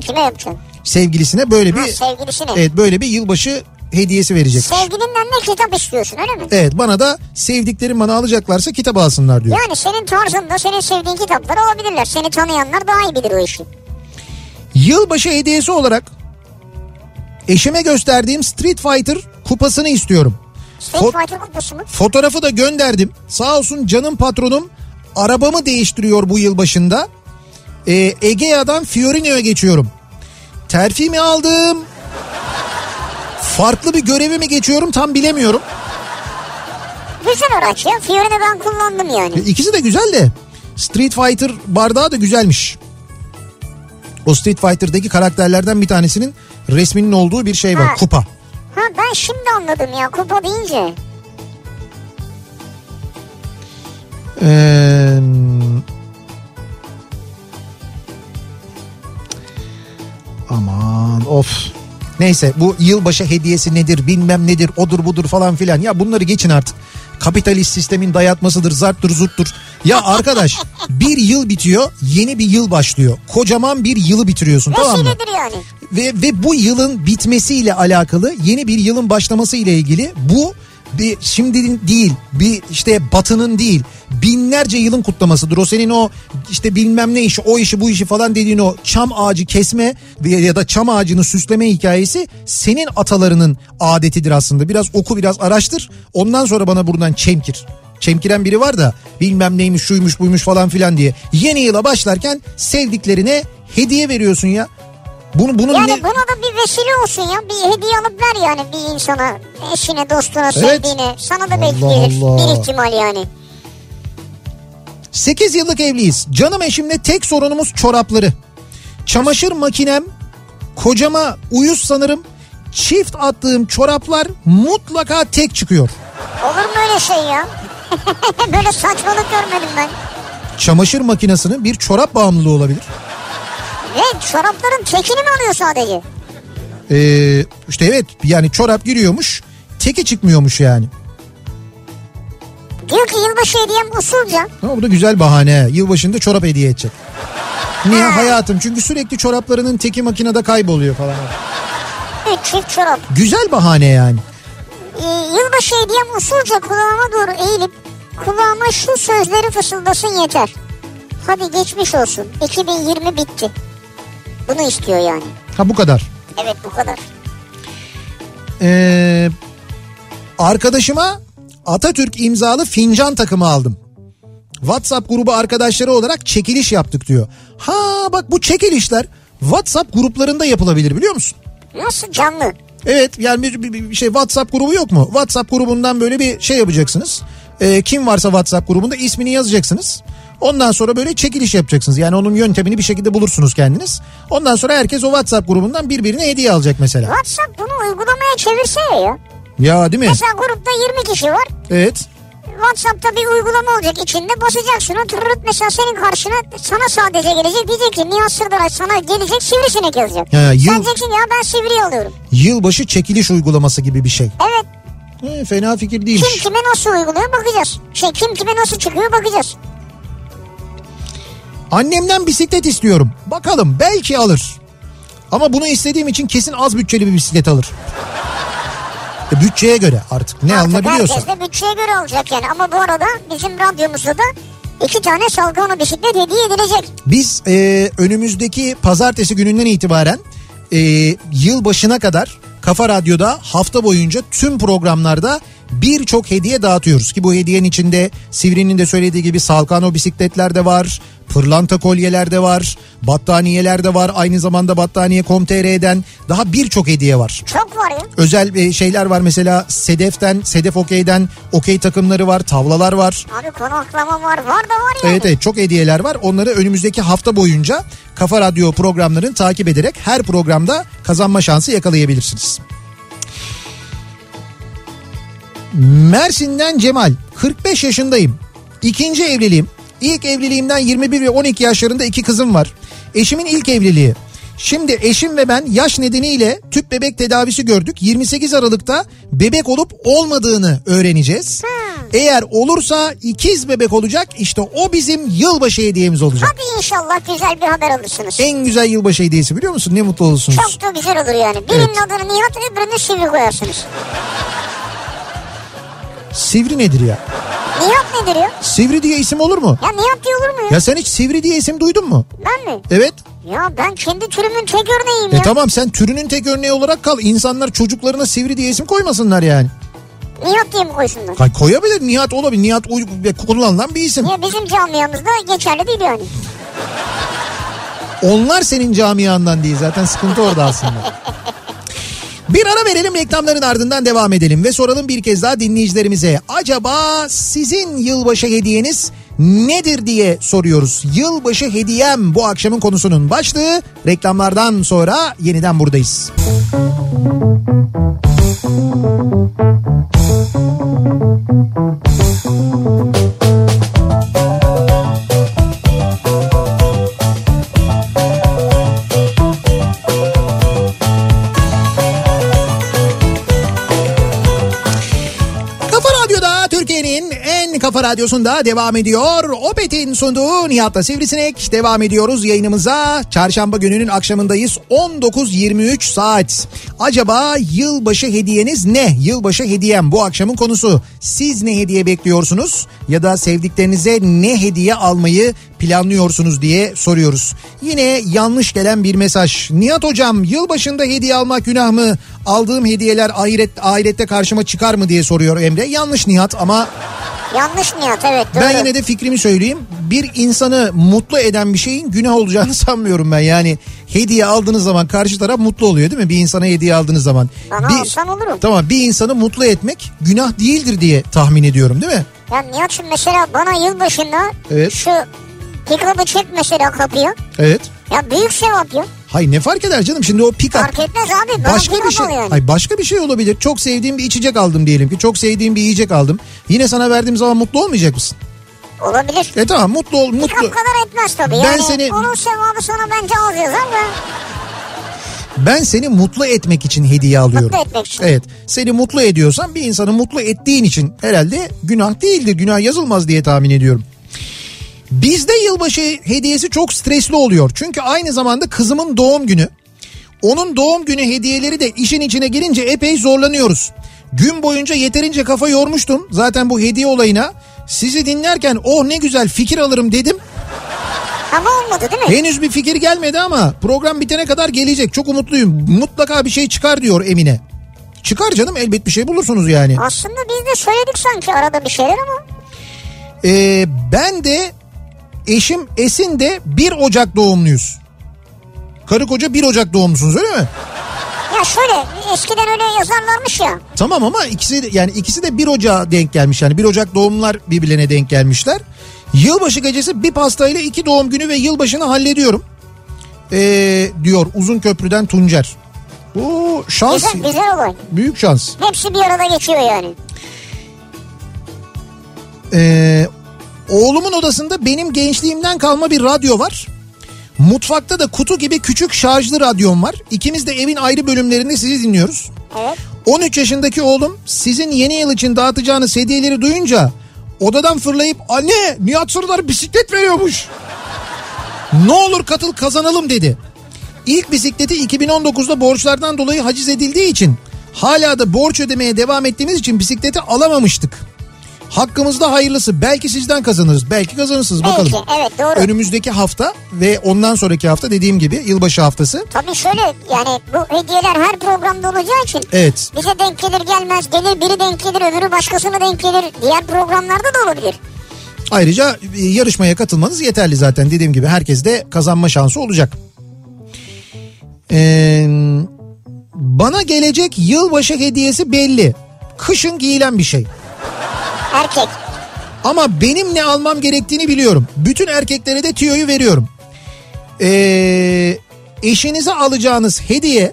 Kime yapacaksın? Sevgilisine böyle Ha, bir sevgilisine. evet böyle bir yılbaşı hediyesi verecek. Sevgilinden ne kitap istiyorsun öyle mi? Evet bana da sevdiklerim bana alacaklarsa kitap alsınlar diyor. Yani senin tarzında senin sevdiğin kitaplar olabilirler. Seni tanıyanlar daha iyi bilir o işi. Yılbaşı hediyesi olarak eşime gösterdiğim Street Fighter kupasını istiyorum. Street Fo- Fighter kupası mı? Fotoğrafı da gönderdim. Sağ olsun canım patronum arabamı değiştiriyor bu yıl başında. Ee, Egea'dan Fiorino'ya geçiyorum. Terfimi aldım. Farklı bir göreve mi geçiyorum tam bilemiyorum. Güzel araç ya. Fiorino ben kullandım E, yani. İkisi de güzel de Street Fighter bardağı da güzelmiş. O Street Fighter'daki karakterlerden bir tanesinin resminin olduğu bir şey var. Ha. Kupa. Ha ben şimdi anladım ya kupa deyince. Ee, Aman of. Neyse bu yılbaşı hediyesi nedir bilmem nedir odur budur falan filan. Ya bunları geçin artık. Kapitalist sistemin dayatmasıdır zarttır zuttur. Ya arkadaş bir yıl bitiyor yeni bir yıl başlıyor. Kocaman bir yılı bitiriyorsun tamam mı? Vesiledir yani. ve ve bu yılın bitmesiyle alakalı yeni bir yılın başlaması ile ilgili bu bir şimdi değil bir işte batının değil binlerce yılın kutlamasıdır. O senin o işte bilmem ne işi o işi bu işi falan dediğin o çam ağacı kesme ve- ya da çam ağacını süsleme hikayesi senin atalarının adetidir aslında. Biraz oku biraz araştır ondan sonra bana buradan çemkir. Çemkiren biri var da bilmem neymiş şuymuş buymuş falan filan diye. Yeni yıla başlarken sevdiklerine hediye veriyorsun ya. Bunu bunun Yani ne- buna da bir vesile olsun ya. Bir hediye alıp ver yani bir insana. Eşine, dostuna, sevdiğine. Sana da belki Allah gelir. Allah. Bir ihtimal yani. 8 yıllık evliyiz. Canım eşimle tek sorunumuz çorapları. Çamaşır makinem kocama uyuz sanırım. Çift attığım çoraplar mutlaka tek çıkıyor. Olur mu öyle şey ya? Böyle saçmalık görmedim ben. Çamaşır makinesinin bir çorap bağımlılığı olabilir. Ve çorapların tekini mi alıyor sadece? Ee, işte evet yani çorap giriyormuş teki çıkmıyormuş yani. Diyor ki yılbaşı hediyem usulca. Ama bu da güzel bahane. Yılbaşında çorap hediye edecek. Niye hayatım? Çünkü sürekli çoraplarının teki makinede kayboluyor falan. Üç çift çorap. Güzel bahane yani. Ee, yılbaşı hediyem usulca kulağıma doğru eğilip kulağıma şu sözleri fısıldasın yeter. Hadi geçmiş olsun. 2020 bitti. Bunu istiyor yani. Ha bu kadar. Evet bu kadar. Ee, arkadaşıma Atatürk imzalı fincan takımı aldım. WhatsApp grubu arkadaşları olarak çekiliş yaptık diyor. Ha bak bu çekilişler WhatsApp gruplarında yapılabilir biliyor musun? Nasıl canlı? Evet yani bir, bir- bir şey WhatsApp grubu yok mu? WhatsApp grubundan böyle bir şey yapacaksınız. Ee, kim varsa WhatsApp grubunda ismini yazacaksınız. Ondan sonra böyle çekiliş yapacaksınız. Yani onun yöntemini bir şekilde bulursunuz kendiniz. Ondan sonra herkes o WhatsApp grubundan birbirine hediye alacak mesela. WhatsApp bunu uygulamaya çevirse ya. Ya değil mi? Mesela grupta 20 kişi var. Evet. WhatsApp'ta bir uygulama olacak içinde basacaksın o tırırıt mesela senin karşına sana sadece gelecek diyecek ki Nihat Sırdar'a sana gelecek sivrisinek yazacak. He, yıl- Sen diyeceksin ya ben sivri alıyorum. Yılbaşı çekiliş uygulaması gibi bir şey. Evet He, fena fikir kim değilmiş. kime nasıl uyguluyor bakacağız. Şey kim kime nasıl çıkıyor bakacağız. Annemden bisiklet istiyorum. Bakalım belki alır. Ama bunu istediğim için kesin az bütçeli bir bisiklet alır. E, Bütçeye göre artık ne Artık alınabiliyorsa. herkes de bütçeye göre olacak yani ama bu arada bizim radyomuzda da iki tane salgano bisiklet hediye edilecek. Biz e, önümüzdeki pazartesi gününden itibaren e, yılbaşına kadar Kafa Radyo'da hafta boyunca tüm programlarda birçok hediye dağıtıyoruz. Ki bu hediyenin içinde Sivri'nin de söylediği gibi Salkano bisikletler de var, pırlanta kolyeler de var, battaniyeler de var. Aynı zamanda battaniye.com.tr'den daha birçok hediye var Çok var ya. özel e, şeyler var mesela Sedef'ten, Sedef Okey'den okey takımları var, tavlalar var. Abi konaklama var var da var yani. Evet evet çok hediyeler var. Onları önümüzdeki hafta boyunca Kafa Radyo programlarını takip ederek her programda kazanma şansı yakalayabilirsiniz. Mersin'den Cemal 45 yaşındayım. İkinci evliliğim. İlk evliliğimden 21 ve 12 yaşlarında iki kızım var. Eşimin ilk evliliği. Şimdi eşim ve ben yaş nedeniyle tüp bebek tedavisi gördük. 28 Aralık'ta bebek olup olmadığını öğreneceğiz. Eğer olursa ikiz bebek olacak. İşte o bizim yılbaşı hediyemiz olacak. Hadi inşallah güzel bir haber alırsınız. En güzel yılbaşı hediyesi biliyor musun? Ne mutlu olursunuz. Çok da güzel olur yani. Birinin Evet. adını Nihat öbürünü Sivri koyarsınız. Sivri nedir ya? Nihat nedir ya? Sivri diye isim olur mu? Ya Nihat diye olur mu ya? Ya sen hiç sivri diye isim duydun mu? Ben mi? Evet. Ya ben kendi türümün tek örneğiyim E ya. tamam sen türünün tek örneği olarak kal. İnsanlar çocuklarına sivri diye isim koymasınlar yani. Nihat diye mi koysunlar? Hay koyabilir Nihat olabilir. Nihat uy- ve kullanılan bir isim. Ya bizim camiamızda geçerli değil yani. Onlar senin camiandan değil zaten sıkıntı orada aslında. Bir ara verelim reklamların ardından devam edelim ve soralım bir kez daha dinleyicilerimize. Acaba sizin yılbaşı hediyeniz nedir diye soruyoruz. Yılbaşı hediyem bu akşamın konusunun başlığı. Reklamlardan sonra yeniden buradayız. Kafa Radyo'da Türkiye'nin en kafa radyosunda devam ediyor. Opet'in sunduğu Nihat'la Sivrisinek devam ediyoruz yayınımıza. Çarşamba gününün akşamındayız 19.23 saat. Acaba yılbaşı hediyeniz ne? Yılbaşı hediyem bu akşamın konusu. Siz ne hediye bekliyorsunuz? Ya da sevdiklerinize ne hediye almayı planlıyorsunuz diye soruyoruz. Yine yanlış gelen bir mesaj. Nihat hocam yılbaşında hediye almak günah mı? Aldığım hediyeler ahiret, ahirette karşıma çıkar mı diye soruyor Emre. Yanlış Nihat ama Yanlış Nihat evet doğru. ben yine de fikrimi söyleyeyim. Bir insanı mutlu eden bir şeyin günah olacağını sanmıyorum ben. Yani hediye aldığınız zaman karşı taraf mutlu oluyor değil mi? Bir insana hediye aldığınız zaman. Bana bir, alsan olurum. Tamam bir insanı mutlu etmek günah değildir diye tahmin ediyorum değil mi? Ya Nihat'cığım mesela bana yılbaşında Evet. şu pick-up'ı çek mesela kapıya. Evet. Ya büyük sevap ya. Hay ne fark eder canım şimdi o pick up Fark etmez abi. Bana başka bir şey Yani. ay başka bir şey olabilir. Çok sevdiğim bir içecek aldım diyelim ki. Çok sevdiğim bir yiyecek aldım. Yine sana verdiğim zaman mutlu olmayacak mısın? Olabilir. E tamam mutlu ol Pick-up mutlu. kadar etmez tabii. Ben yani seni- onun sevabı sana bence alacağız ama Ben seni mutlu etmek için hediye alıyorum. etmek için. Evet. Seni mutlu ediyorsan bir insanı mutlu ettiğin için herhalde günah değildir. Günah yazılmaz diye tahmin ediyorum. Bizde yılbaşı hediyesi çok stresli oluyor. Çünkü aynı zamanda kızımın doğum günü. Onun doğum günü hediyeleri de işin içine girince epey zorlanıyoruz. Gün boyunca yeterince kafa yormuştum zaten bu hediye olayına. Sizi dinlerken oh ne güzel fikir alırım dedim. ama olmadı değil mi? Henüz bir fikir gelmedi ama program bitene kadar gelecek. Çok umutluyum. Mutlaka bir şey çıkar diyor Emine. Çıkar canım elbet bir şey bulursunuz yani. Aslında biz de söyledik sanki arada bir şeyler ama Ee, ben de eşim Esin de 1 Ocak doğumluyuz. Karı koca 1 Ocak doğumlusunuz öyle mi? Ya şöyle eskiden öyle yazarlarmış ya. Tamam ama ikisi de, yani ikisi de 1 Ocak'a denk gelmiş. Yani 1 Ocak doğumlar birbirlerine denk gelmişler. Yılbaşı gecesi bir pastayla iki doğum günü ve yılbaşını hallediyorum. Ee, diyor uzun köprüden Tuncer. Bu şans. Güzel güzel olay. Büyük şans. Hepsi bir arada geçiyor yani. Ee, oğlumun odasında benim gençliğimden kalma bir radyo var. Mutfakta da kutu gibi küçük şarjlı radyom var. İkimiz de evin ayrı bölümlerinde sizi dinliyoruz. Evet. 13 yaşındaki oğlum sizin yeni yıl için dağıtacağınız hediyeleri duyunca odadan fırlayıp anne Nihat Sırdar bisiklet veriyormuş. Ne olur katıl kazanalım dedi. İlk bisikleti 2019'da borçlardan dolayı haciz edildiği için hala da borç ödemeye devam ettiğimiz için bisikleti alamamıştık. Hakkımızda hayırlısı. Belki sizden kazanırız. Belki kazanırsınız bakalım. Belki evet doğru. Önümüzdeki hafta ve ondan sonraki hafta dediğim gibi yılbaşı haftası. Tabii şöyle yani bu hediyeler her programda olacağı için Evet. bize denk gelir gelmez gelir biri denk gelir öbürü başkasına denk gelir diğer programlarda da olabilir. Ayrıca e, yarışmaya katılmanız yeterli zaten. Dediğim gibi herkes de kazanma şansı olacak. Ee, bana gelecek yılbaşı hediyesi belli. Kışın giyilen bir şey. Erkek. Ama benim ne almam gerektiğini biliyorum. Bütün erkeklere de tüyoyu veriyorum. Ee, eşinize alacağınız hediye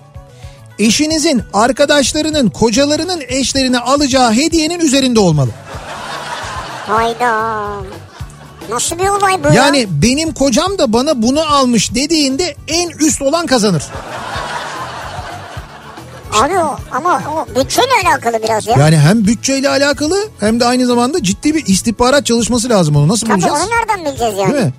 eşinizin arkadaşlarının kocalarının eşlerine alacağı hediyenin üzerinde olmalı. Hayda. Nasıl bir olay bu ya? Yani benim kocam da bana bunu almış dediğinde en üst olan kazanır. Abi o, ama o bütçeyle alakalı biraz ya. Yani hem bütçeyle alakalı hem de aynı zamanda ciddi bir istihbarat çalışması lazım onu. Nasıl Tabii bulacağız? onu nereden bileceğiz yani? Değil mi?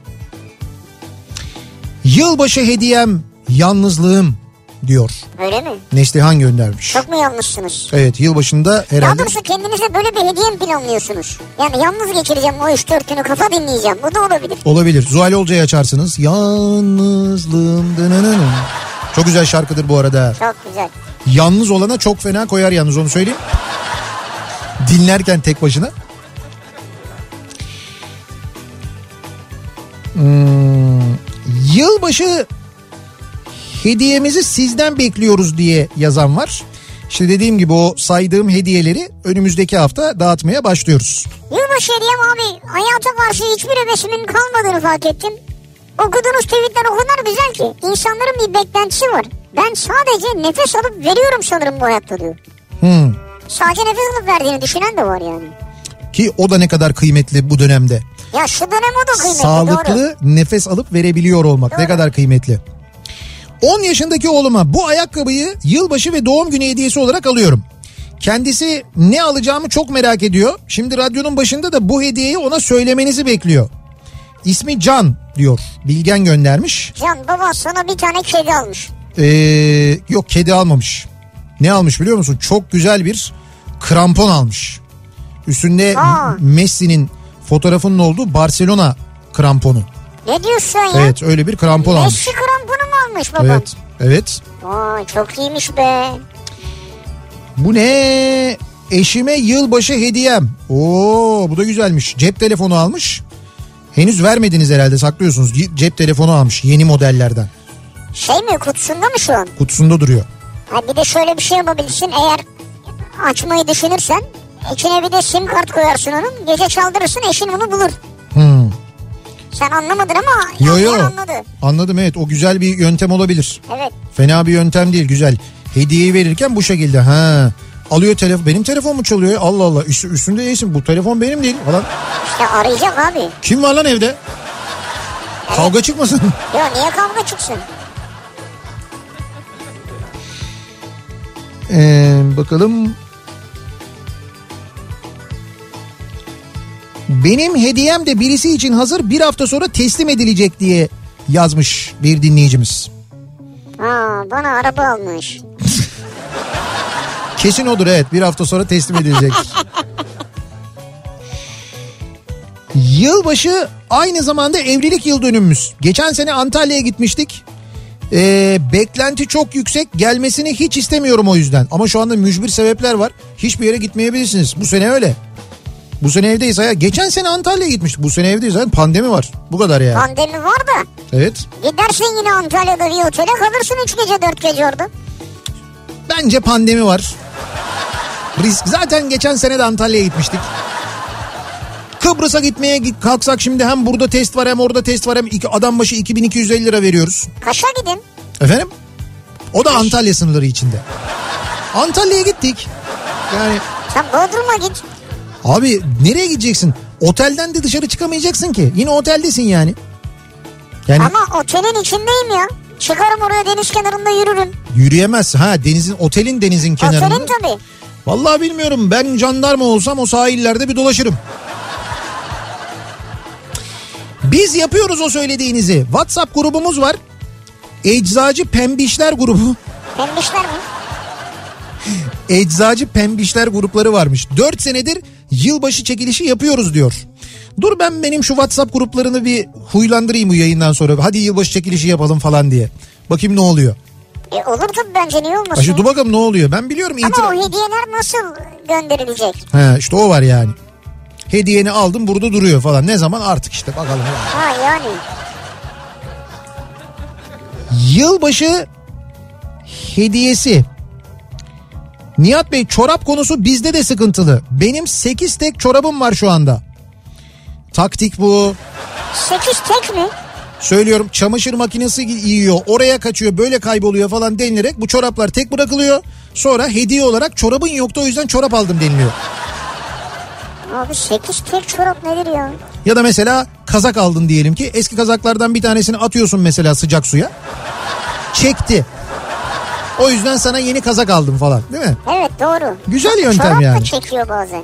Yılbaşı hediyem yalnızlığım diyor Öyle mi? Neslihan göndermiş. Çok mu yanlışsınız? Evet yılbaşında Daha herhalde doğrusu kendinize böyle bir hediye mi planlıyorsunuz? Yani yalnız geçireceğim o 3-4 günü kafa dinleyeceğim. Bu da olabilir. olabilir. Zuhal Olcay'ı açarsınız. Yalnızlığım. dınınının. Çok güzel şarkıdır bu arada. Çok güzel. Yalnız olana çok fena koyar yalnız onu söyleyeyim. Dinlerken tek başına. Hmm, yılbaşı hediyemizi sizden bekliyoruz diye yazan var. İşte dediğim gibi o saydığım hediyeleri önümüzdeki hafta dağıtmaya başlıyoruz. Yılbaşı hediyem abi hayata karşı hiçbir hevesimin kalmadığını fark ettim. Okuduğunuz tweetler o kadar güzel ki insanların bir beklentisi var. Ben sadece nefes alıp veriyorum sanırım bu hayatta diyor. Hmm, Sadece nefes alıp verdiğini düşünen de var yani. Ki o da ne kadar kıymetli bu dönemde. Ya şu dönem o da kıymetli Sağlıklı doğru. nefes alıp verebiliyor olmak ne Doğru. kadar kıymetli. 10 yaşındaki oğluma bu ayakkabıyı yılbaşı ve doğum günü hediyesi olarak alıyorum. Kendisi ne alacağımı çok merak ediyor. Şimdi radyonun başında da bu hediyeyi ona söylemenizi bekliyor. İsmi Can diyor. Bilgen göndermiş. Can baba sana bir tane kedi almış. Ee, yok kedi almamış. Ne almış biliyor musun? Çok güzel bir krampon almış. Üstünde Aa. Messi'nin fotoğrafının olduğu Barcelona kramponu. Ne diyorsun sen ya? Evet öyle bir krampon almış. Messi kramponu mu almış babam? Evet. Evet. Vay çok iyiymiş be. Bu ne? Eşime yılbaşı hediyem. Oo bu da güzelmiş. Cep telefonu almış. Henüz vermediniz herhalde saklıyorsunuz. Y- Cep telefonu almış yeni modellerden. Şey mi kutusunda mı şu an? Kutusunda duruyor. Ha bir de şöyle bir şey yapabilirsin eğer açmayı düşünürsen içine bir de sim kart koyarsın onun gece çaldırırsın eşin onu bulur. Hmm. Sen anlamadın ama Yo yo. anlayan anladı. Anladım evet o güzel bir yöntem olabilir. Evet Fena bir yöntem değil güzel. Hediyeyi verirken bu şekilde ha. Alıyor telefon. Benim telefon mu çalıyor? ya? Allah Allah. Üstü, üstünde değilsin. Bu telefon benim değil falan. işte arayacak abi. Kim var lan evde? Kavga çıkmasın. Ya niye kavga çıksın? Ee, bakalım. Benim hediyem de birisi için hazır bir hafta sonra teslim edilecek diye yazmış bir dinleyicimiz. Ha bana araba almış. Kesin odur evet bir hafta sonra teslim edilecek. Yılbaşı aynı zamanda evlilik yıl dönümümüz. Geçen sene Antalya'ya gitmiştik. Ee, beklenti çok yüksek gelmesini hiç istemiyorum o yüzden. Ama şu anda mücbir sebepler var. Hiçbir yere gitmeyebilirsiniz. Bu sene öyle. Bu sene evdeyiz. Ha. Geçen sene Antalya'ya gitmiştik. Bu sene evdeyiz. Ha. Pandemi var. Bu kadar yani. Pandemi var da Evet. gidersin yine Antalya'da bir otele kalırsın 3 gece 4 gece orada. Bence pandemi var. Risk. Zaten geçen sene de Antalya'ya gitmiştik. Kıbrıs'a gitmeye git- kalksak şimdi hem burada test var hem orada test var hem iki, adam başı 2250 lira veriyoruz. Kaş'a gidin. Efendim? O da Antalya sınırları içinde. Antalya'ya gittik. Yani Sen Bodrum'a git. abi nereye gideceksin? Otelden de dışarı çıkamayacaksın ki. Yine oteldesin yani. Yani Ama otelin içindeyim ya. Çıkarım oraya deniz kenarında yürürüm. yürüyemezsin. Ha denizin otelin denizin kenarında. Otelin tabii. Vallahi bilmiyorum ben jandarma olsam o sahillerde bir dolaşırım. Biz yapıyoruz o söylediğinizi. WhatsApp grubumuz var. Eczacı Pembişler grubu. Pembişler mi? Eczacı Pembişler grupları varmış. 4 senedir yılbaşı çekilişi yapıyoruz diyor. Dur ben benim şu WhatsApp gruplarını bir huylandırayım bu yayından sonra. Hadi yılbaşı çekilişi yapalım falan diye. Bakayım ne oluyor. E olur tabii bence niye olmasın? Ha Şimdi dur bakalım ne oluyor. Ben biliyorum Ama itiraf- o hediyeler nasıl gönderilecek? He işte o var yani. Hediyeni aldım burada duruyor falan. Ne zaman artık işte bakalım. Ha yani. Yılbaşı hediyesi. Nihat Bey çorap konusu bizde de sıkıntılı. Benim 8 tek çorabım var şu anda. Taktik bu. 8 tek mi? Söylüyorum çamaşır makinesi yiyor oraya kaçıyor böyle kayboluyor falan denilerek bu çoraplar tek bırakılıyor. Sonra hediye olarak çorabın yoktu o yüzden çorap aldım deniliyor. Abi 8 tek çorap nedir ya? Ya da mesela kazak aldın diyelim ki eski kazaklardan bir tanesini atıyorsun mesela sıcak suya. Çekti. O yüzden sana yeni kazak aldım falan değil mi? Evet doğru. Güzel yöntem çorap da yani. çekiyor bazen.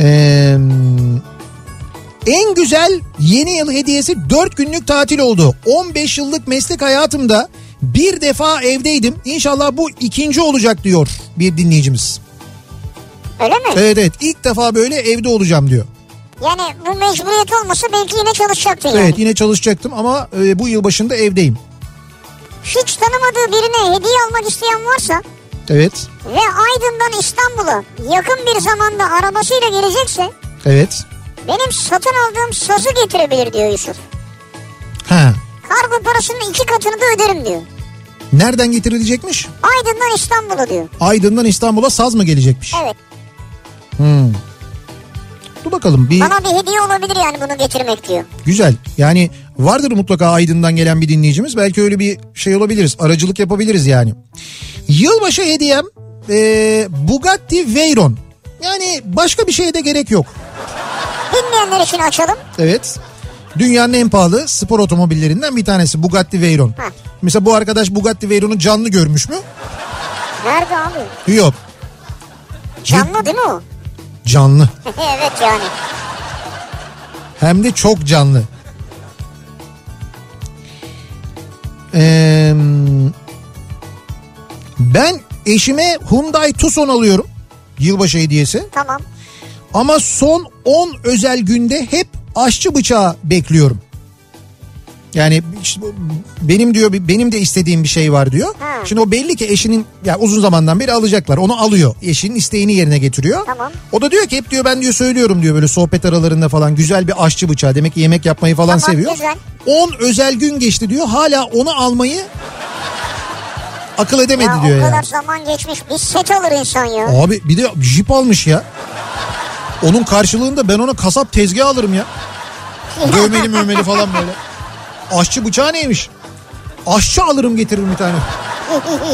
Ee, en güzel yeni yıl hediyesi 4 günlük tatil oldu. 15 yıllık meslek hayatımda bir defa evdeydim. İnşallah bu ikinci olacak diyor bir dinleyicimiz. Öyle mi? Evet evet ilk defa böyle evde olacağım diyor. Yani bu mecburiyet olmasa belki yine çalışacaktın yani. Evet yine çalışacaktım ama e, bu yıl başında evdeyim. Hiç tanımadığı birine hediye almak isteyen varsa Evet. ve Aydın'dan İstanbul'a yakın bir zamanda arabasıyla gelecekse Evet. benim satın aldığım sazı getirebilir diyor Yusuf. Ha. Kargo parasının iki katını da öderim diyor. Nereden getirilecekmiş? Aydın'dan İstanbul'a diyor. Aydın'dan İstanbul'a saz mı gelecekmiş? Evet. Hmm. Dur bakalım bir Bana bir hediye olabilir yani bunu getirmek diyor. güzel. Yani vardır mutlaka Aydın'dan gelen bir dinleyicimiz. Belki öyle bir şey olabiliriz. Aracılık yapabiliriz yani. Yılbaşı hediyem eee, Bugatti Veyron. Yani başka bir şeye de gerek yok. Bilmeyenler için açalım. Evet. Dünyanın en pahalı spor otomobillerinden bir tanesi Bugatti Veyron. Heh. Mesela bu arkadaş Bugatti Veyron'u canlı görmüş mü? Nerede abi? Yok. Canlı değil mi o? Canlı. evet yani. Hem de çok canlı. Ee, ben eşime Hyundai Tucson alıyorum. Yılbaşı hediyesi. Tamam. Ama son 10 özel günde hep aşçı bıçağı bekliyorum. Yani işte bu- benim diyor benim de istediğim bir şey var diyor. Ha. Şimdi o belli ki eşinin ya uzun zamandan beri alacaklar. Onu alıyor. Eşinin isteğini yerine getiriyor. Tamam. O da diyor ki hep diyor ben diyor söylüyorum diyor böyle sohbet aralarında falan güzel bir aşçı bıçağı. Demek ki yemek yapmayı falan Tamam, seviyor. güzel. 10 özel gün geçti diyor. Hala onu almayı akıl edemedi Ya o diyor kadar yani. zaman geçmiş. Bir set alır insan ya. Abi bir de jip almış ya. Onun karşılığında ben ona kasap tezgahı alırım ya. Oh, Dövmeli mövmeli falan böyle. Aşçı bıçağı neymiş? Aşçı alırım getiririm bir tane.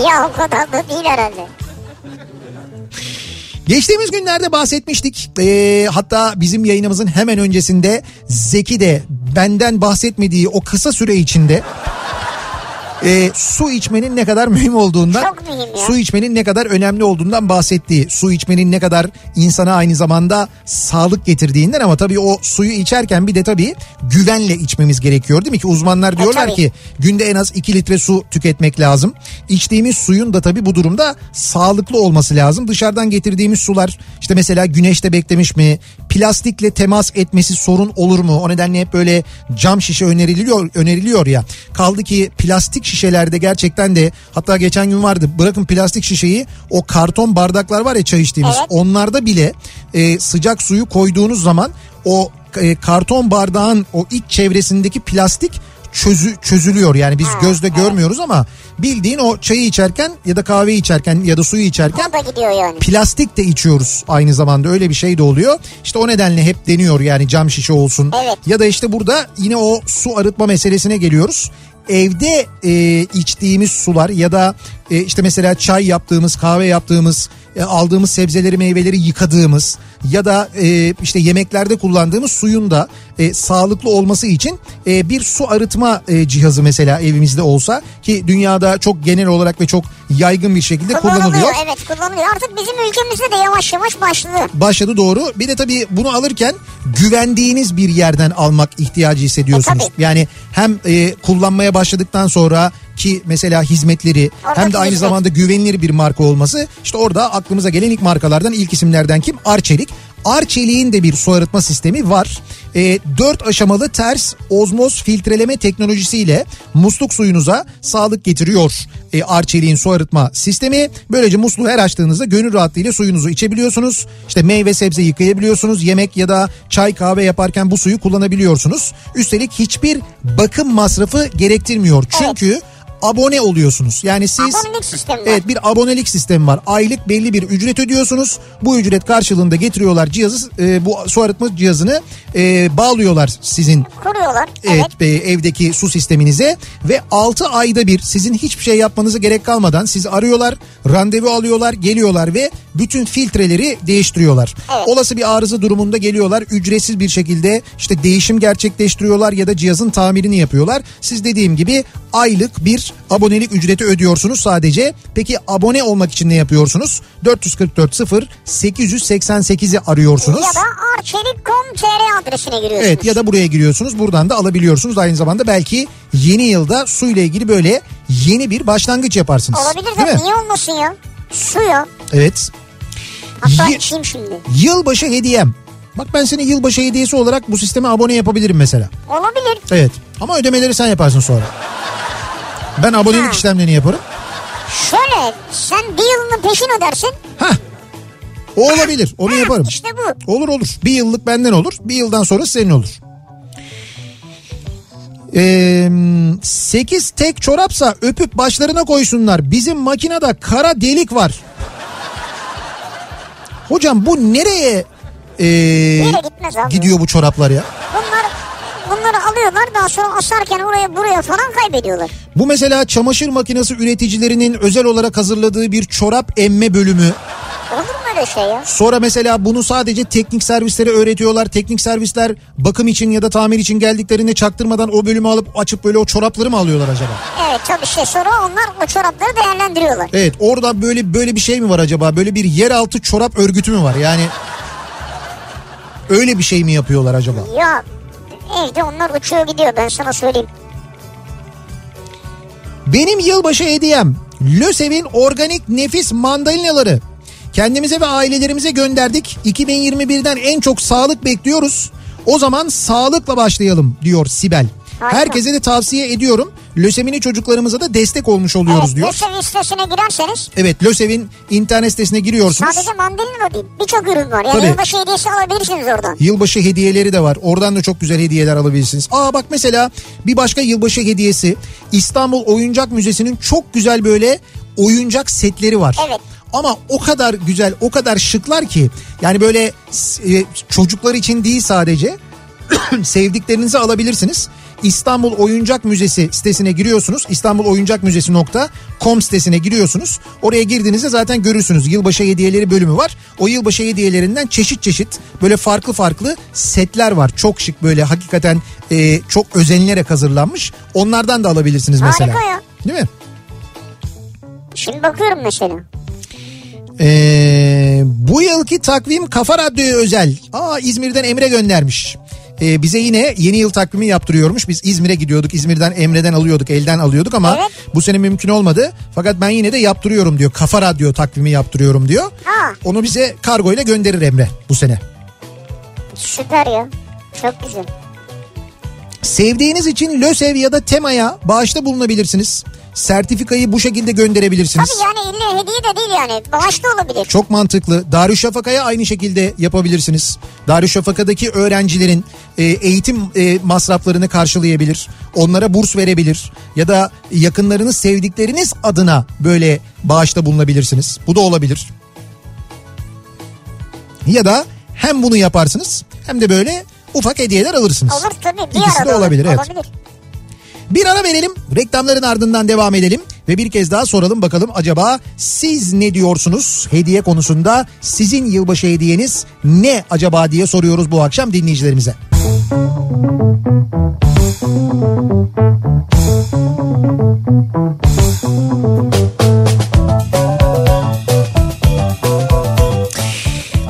ya o kadar da değil herhalde. Geçtiğimiz günlerde bahsetmiştik. Ee, hatta bizim yayınımızın hemen öncesinde Zeki de benden bahsetmediği o kısa süre içinde e, su içmenin ne kadar mühim olduğundan, Çok mühim ya. su içmenin ne kadar önemli olduğundan bahsettiği, su içmenin ne kadar insana aynı zamanda sağlık getirdiğinden ama tabii o suyu içerken bir de tabii güvenle içmemiz gerekiyor değil mi ki uzmanlar diyorlar E, tabii. ki günde en az 2 litre su tüketmek lazım. İçtiğimiz suyun da tabii bu durumda sağlıklı olması lazım. Dışarıdan getirdiğimiz sular işte mesela güneşte beklemiş mi? Plastikle temas etmesi sorun olur mu? O nedenle hep böyle cam şişe öneriliyor öneriliyor ya. Kaldı ki plastik şişelerde gerçekten de hatta geçen gün vardı bırakın plastik şişeyi o karton bardaklar var ya çay içtiğimiz Evet. onlarda bile e, sıcak suyu koyduğunuz zaman o e, karton bardağın o iç çevresindeki plastik çözü, çözülüyor. Yani biz gözle görmüyoruz ama bildiğin o çayı içerken ya da kahve içerken ya da suyu içerken O da gidiyor yani. plastik de içiyoruz aynı zamanda öyle bir şey de oluyor. İşte o nedenle hep deniyor yani cam şişe olsun. Evet. Ya da işte burada yine o su arıtma meselesine geliyoruz. Evde e, içtiğimiz sular ya da e, işte mesela çay yaptığımız, kahve yaptığımız, e, aldığımız sebzeleri, meyveleri yıkadığımız ya da e, işte yemeklerde kullandığımız suyun da e, sağlıklı olması için e, bir su arıtma e, cihazı mesela evimizde olsa ki dünyada çok genel olarak ve çok yaygın bir şekilde kullanılıyor. Evet kullanılıyor. Artık bizim ülkemizde de yavaş yavaş başladı. başladı doğru. Bir de tabii bunu alırken güvendiğiniz bir yerden almak ihtiyacı hissediyorsunuz. E, tabii. yani hem e, kullanmaya başladıktan sonra ki mesela hizmetleri Oradaki hem de aynı hizmet. zamanda güvenilir bir marka olması işte orada aklımıza gelen ilk markalardan ilk isimlerden kim? Arçelik. Arçelik'in de bir su arıtma sistemi var. E, 4 aşamalı ters ozmoz filtreleme teknolojisiyle musluk suyunuza sağlık getiriyor. E, Arçelik'in su arıtma sistemi. Böylece musluğu her açtığınızda gönül rahatlığıyla suyunuzu içebiliyorsunuz. İşte meyve sebze yıkayabiliyorsunuz. Yemek ya da çay kahve yaparken bu suyu kullanabiliyorsunuz. Üstelik hiçbir bakım masrafı gerektirmiyor. Çünkü abone oluyorsunuz. Yani siz Abonelik sistemi var. Evet bir abonelik sistemi var. Aylık belli bir ücret ödüyorsunuz. Bu ücret karşılığında getiriyorlar cihazı e, bu su arıtma cihazını e, bağlıyorlar sizin Kuruyorlar. Evet. Evet, e, evdeki su sisteminize ve 6 ayda bir sizin hiçbir şey yapmanıza gerek kalmadan sizi arıyorlar, randevu alıyorlar, geliyorlar ve bütün filtreleri değiştiriyorlar. Evet. Olası bir arıza durumunda geliyorlar, ücretsiz bir şekilde işte değişim gerçekleştiriyorlar ya da cihazın tamirini yapıyorlar. Siz dediğim gibi aylık bir abonelik ücreti ödüyorsunuz sadece. Peki abone olmak için ne yapıyorsunuz? 444 0 888'i arıyorsunuz. Ya da arçelik.com.tr adresine giriyorsunuz. Evet ya da buraya giriyorsunuz buradan da alabiliyorsunuz aynı zamanda belki yeni yılda su ile ilgili böyle yeni bir başlangıç yaparsınız. Olabilir Değil de mi? niye olmasın ya? Su ya. Evet. Hatta Ye- içeyim şimdi. Yılbaşı hediyem. Bak ben seni yılbaşı hediyesi olarak bu sisteme abone yapabilirim mesela. Olabilir. Evet. Ama ödemeleri sen yaparsın sonra. Ben abonelik Ha. işlemlerini yaparım. Şöyle sen bir yılını peşin ödersin. Hah. O olabilir. Onu Ha, yaparım. İşte bu. Olur olur. Bir yıllık benden olur. Bir yıldan sonra senin olur. Ee, 8 tek çorapsa öpüp başlarına koysunlar. Bizim makinede kara delik var. Hocam bu nereye ee, Nereye gitmez abi? gidiyor bu çoraplar ya? Bunlar bunları alıyorlar daha sonra asarken oraya buraya falan kaybediyorlar. Bu mesela çamaşır makinesi üreticilerinin özel olarak hazırladığı bir çorap emme bölümü. Olur mu öyle şey ya? Sonra mesela bunu sadece teknik servislere öğretiyorlar. Teknik servisler bakım için ya da tamir için geldiklerinde çaktırmadan o bölümü alıp açıp böyle o çorapları mı alıyorlar acaba? Evet tabii şey sonra onlar o çorapları değerlendiriyorlar. Evet orada böyle böyle bir şey mi var acaba? Böyle bir yeraltı çorap örgütü mü var? Yani öyle bir şey mi yapıyorlar acaba? Ya evde onlar uçuyor gidiyor ben sana söyleyeyim. Benim yılbaşı hediyem LÖSEV'in organik nefis mandalinaları. Kendimize ve ailelerimize gönderdik. 2021'den en çok sağlık bekliyoruz. O zaman sağlıkla başlayalım diyor Sibel. Harika. Herkese de tavsiye ediyorum. Lösemini çocuklarımıza da destek olmuş oluyoruz Evet, diyor. Yusuf listesine girerseniz Evet LÖSEV'in internet sitesine giriyorsunuz. sadece mandalina değil birçok ürün var. Yani Tabii. yılbaşı hediyesi alabilirsiniz oradan. Yılbaşı hediyeleri de var. Oradan da çok güzel hediyeler alabilirsiniz. Aa bak mesela bir başka yılbaşı hediyesi İstanbul Oyuncak Müzesi'nin çok güzel böyle oyuncak setleri var. Evet. Ama o kadar güzel, o kadar şıklar ki yani böyle e, çocuklar için değil sadece sevdiklerinizi alabilirsiniz. İstanbul Oyuncak Müzesi sitesine giriyorsunuz. İstanbul Oyuncak Müzesi.com sitesine giriyorsunuz. Oraya girdiğinizde zaten görürsünüz. Yılbaşı hediyeleri bölümü var. O yılbaşı hediyelerinden çeşit çeşit böyle farklı farklı setler var. Çok şık böyle hakikaten e, çok özenilerek hazırlanmış. Onlardan da alabilirsiniz mesela. Harika ya. Değil mi? Şimdi bakıyorum mesela. Ee, bu yılki takvim Kafa Radyo'ya özel. Aa İzmir'den Emre göndermiş. Ee, bize yine yeni yıl takvimi yaptırıyormuş. Biz İzmir'e gidiyorduk. İzmir'den Emre'den alıyorduk. Elden alıyorduk ama Evet. bu sene mümkün olmadı. Fakat ben yine de yaptırıyorum diyor. Kafa Radyo takvimi yaptırıyorum diyor. Aa. Onu bize kargo ile gönderir Emre bu sene. Süper ya. Çok güzel. Sevdiğiniz için LÖSEV ya da TEMA'ya bağışta bulunabilirsiniz. Sertifikayı bu şekilde gönderebilirsiniz. Tabii yani illa hediye de değil yani. Bağış da olabilir. Çok mantıklı. Darüşşafaka'ya aynı şekilde yapabilirsiniz. Darüşşafaka'daki öğrencilerin e, eğitim e, masraflarını karşılayabilir. Onlara burs verebilir. Ya da yakınlarınız sevdikleriniz adına böyle bağışta bulunabilirsiniz. Bu da olabilir. Ya da hem bunu yaparsınız hem de böyle ufak hediyeler alırsınız. Olur tabii. Bir İkisi arada de olabilir, evet. Olabilir. Bir ara verelim. Reklamların ardından devam edelim. Ve bir kez daha soralım bakalım acaba siz ne diyorsunuz hediye konusunda? Sizin yılbaşı hediyeniz ne acaba diye soruyoruz bu akşam dinleyicilerimize.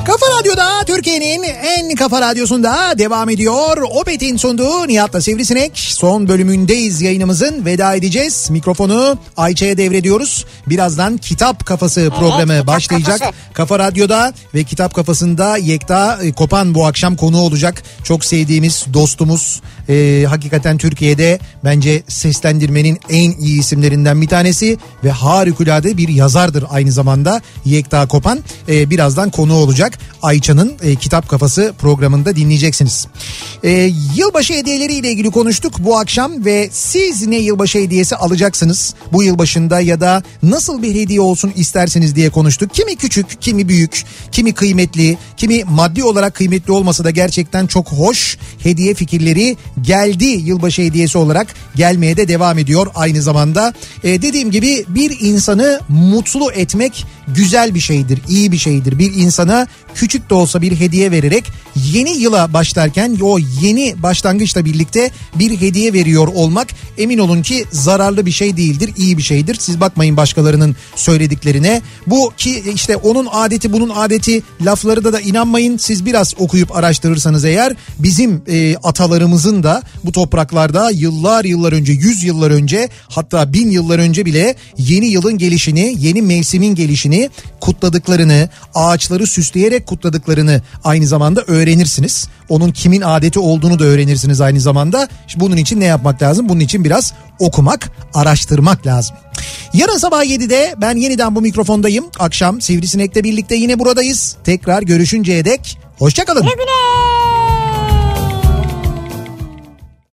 Kafa Radyo'da Türkiye'nin en kafa radyosunda devam ediyor. Opet'in sunduğu Nihat'la Sivrisinek. Son bölümündeyiz yayınımızın. Veda edeceğiz. Mikrofonu Ayça'ya devrediyoruz. Birazdan Kitap Kafası programı Kitap başlayacak. Kafası. Kafa Radyo'da ve Kitap Kafası'nda Yekta e, Kopan bu akşam konu olacak. Çok sevdiğimiz dostumuz e, hakikaten Türkiye'de bence seslendirmenin en iyi isimlerinden bir tanesi ve harikulade bir yazardır aynı zamanda Yekta Kopan. E, birazdan konu olacak Ayça'nın e, Kitap Kafası programında dinleyeceksiniz. E, yılbaşı hediyeleriyle ilgili konuştuk bu akşam ve siz ne yılbaşı hediyesi alacaksınız bu yılbaşında ya da nasıl bir hediye olsun istersiniz diye konuştuk. Kimi küçük, kimi büyük, kimi kıymetli, kimi maddi olarak kıymetli olmasa da gerçekten çok hoş hediye fikirleri geldi yılbaşı hediyesi olarak gelmeye de devam ediyor aynı zamanda. E, dediğim gibi bir insanı mutlu etmek güzel bir şeydir, iyi bir şeydir. Bir insana küçük de olsa bir hediye vererek yeni yıla başlarken o yeni başlangıçla birlikte bir hediye veriyor olmak emin olun ki zararlı bir şey değildir, iyi bir şeydir. Siz bakmayın başkalarının söylediklerine. Bu ki işte onun adeti bunun adeti lafları da da inanmayın. Siz biraz okuyup araştırırsanız eğer bizim e, atalarımızın da bu topraklarda yıllar yıllar önce, yüz yıllar önce hatta bin yıllar önce bile yeni yılın gelişini, yeni mevsimin gelişini kutladıklarını, ağaçları süsleyerek kutladıklarını aynı zamanda öğrenirsiniz. Onun kimin adeti olduğunu da öğrenirsiniz aynı zamanda. İşte Bunun için ne yapmak lazım? Bunun için biraz okumak, araştırmak lazım. Yarın sabah 7'de ben yeniden bu mikrofondayım. Akşam Sivrisinek'le birlikte yine buradayız. Tekrar görüşünceye dek hoşçakalın. Güle güle.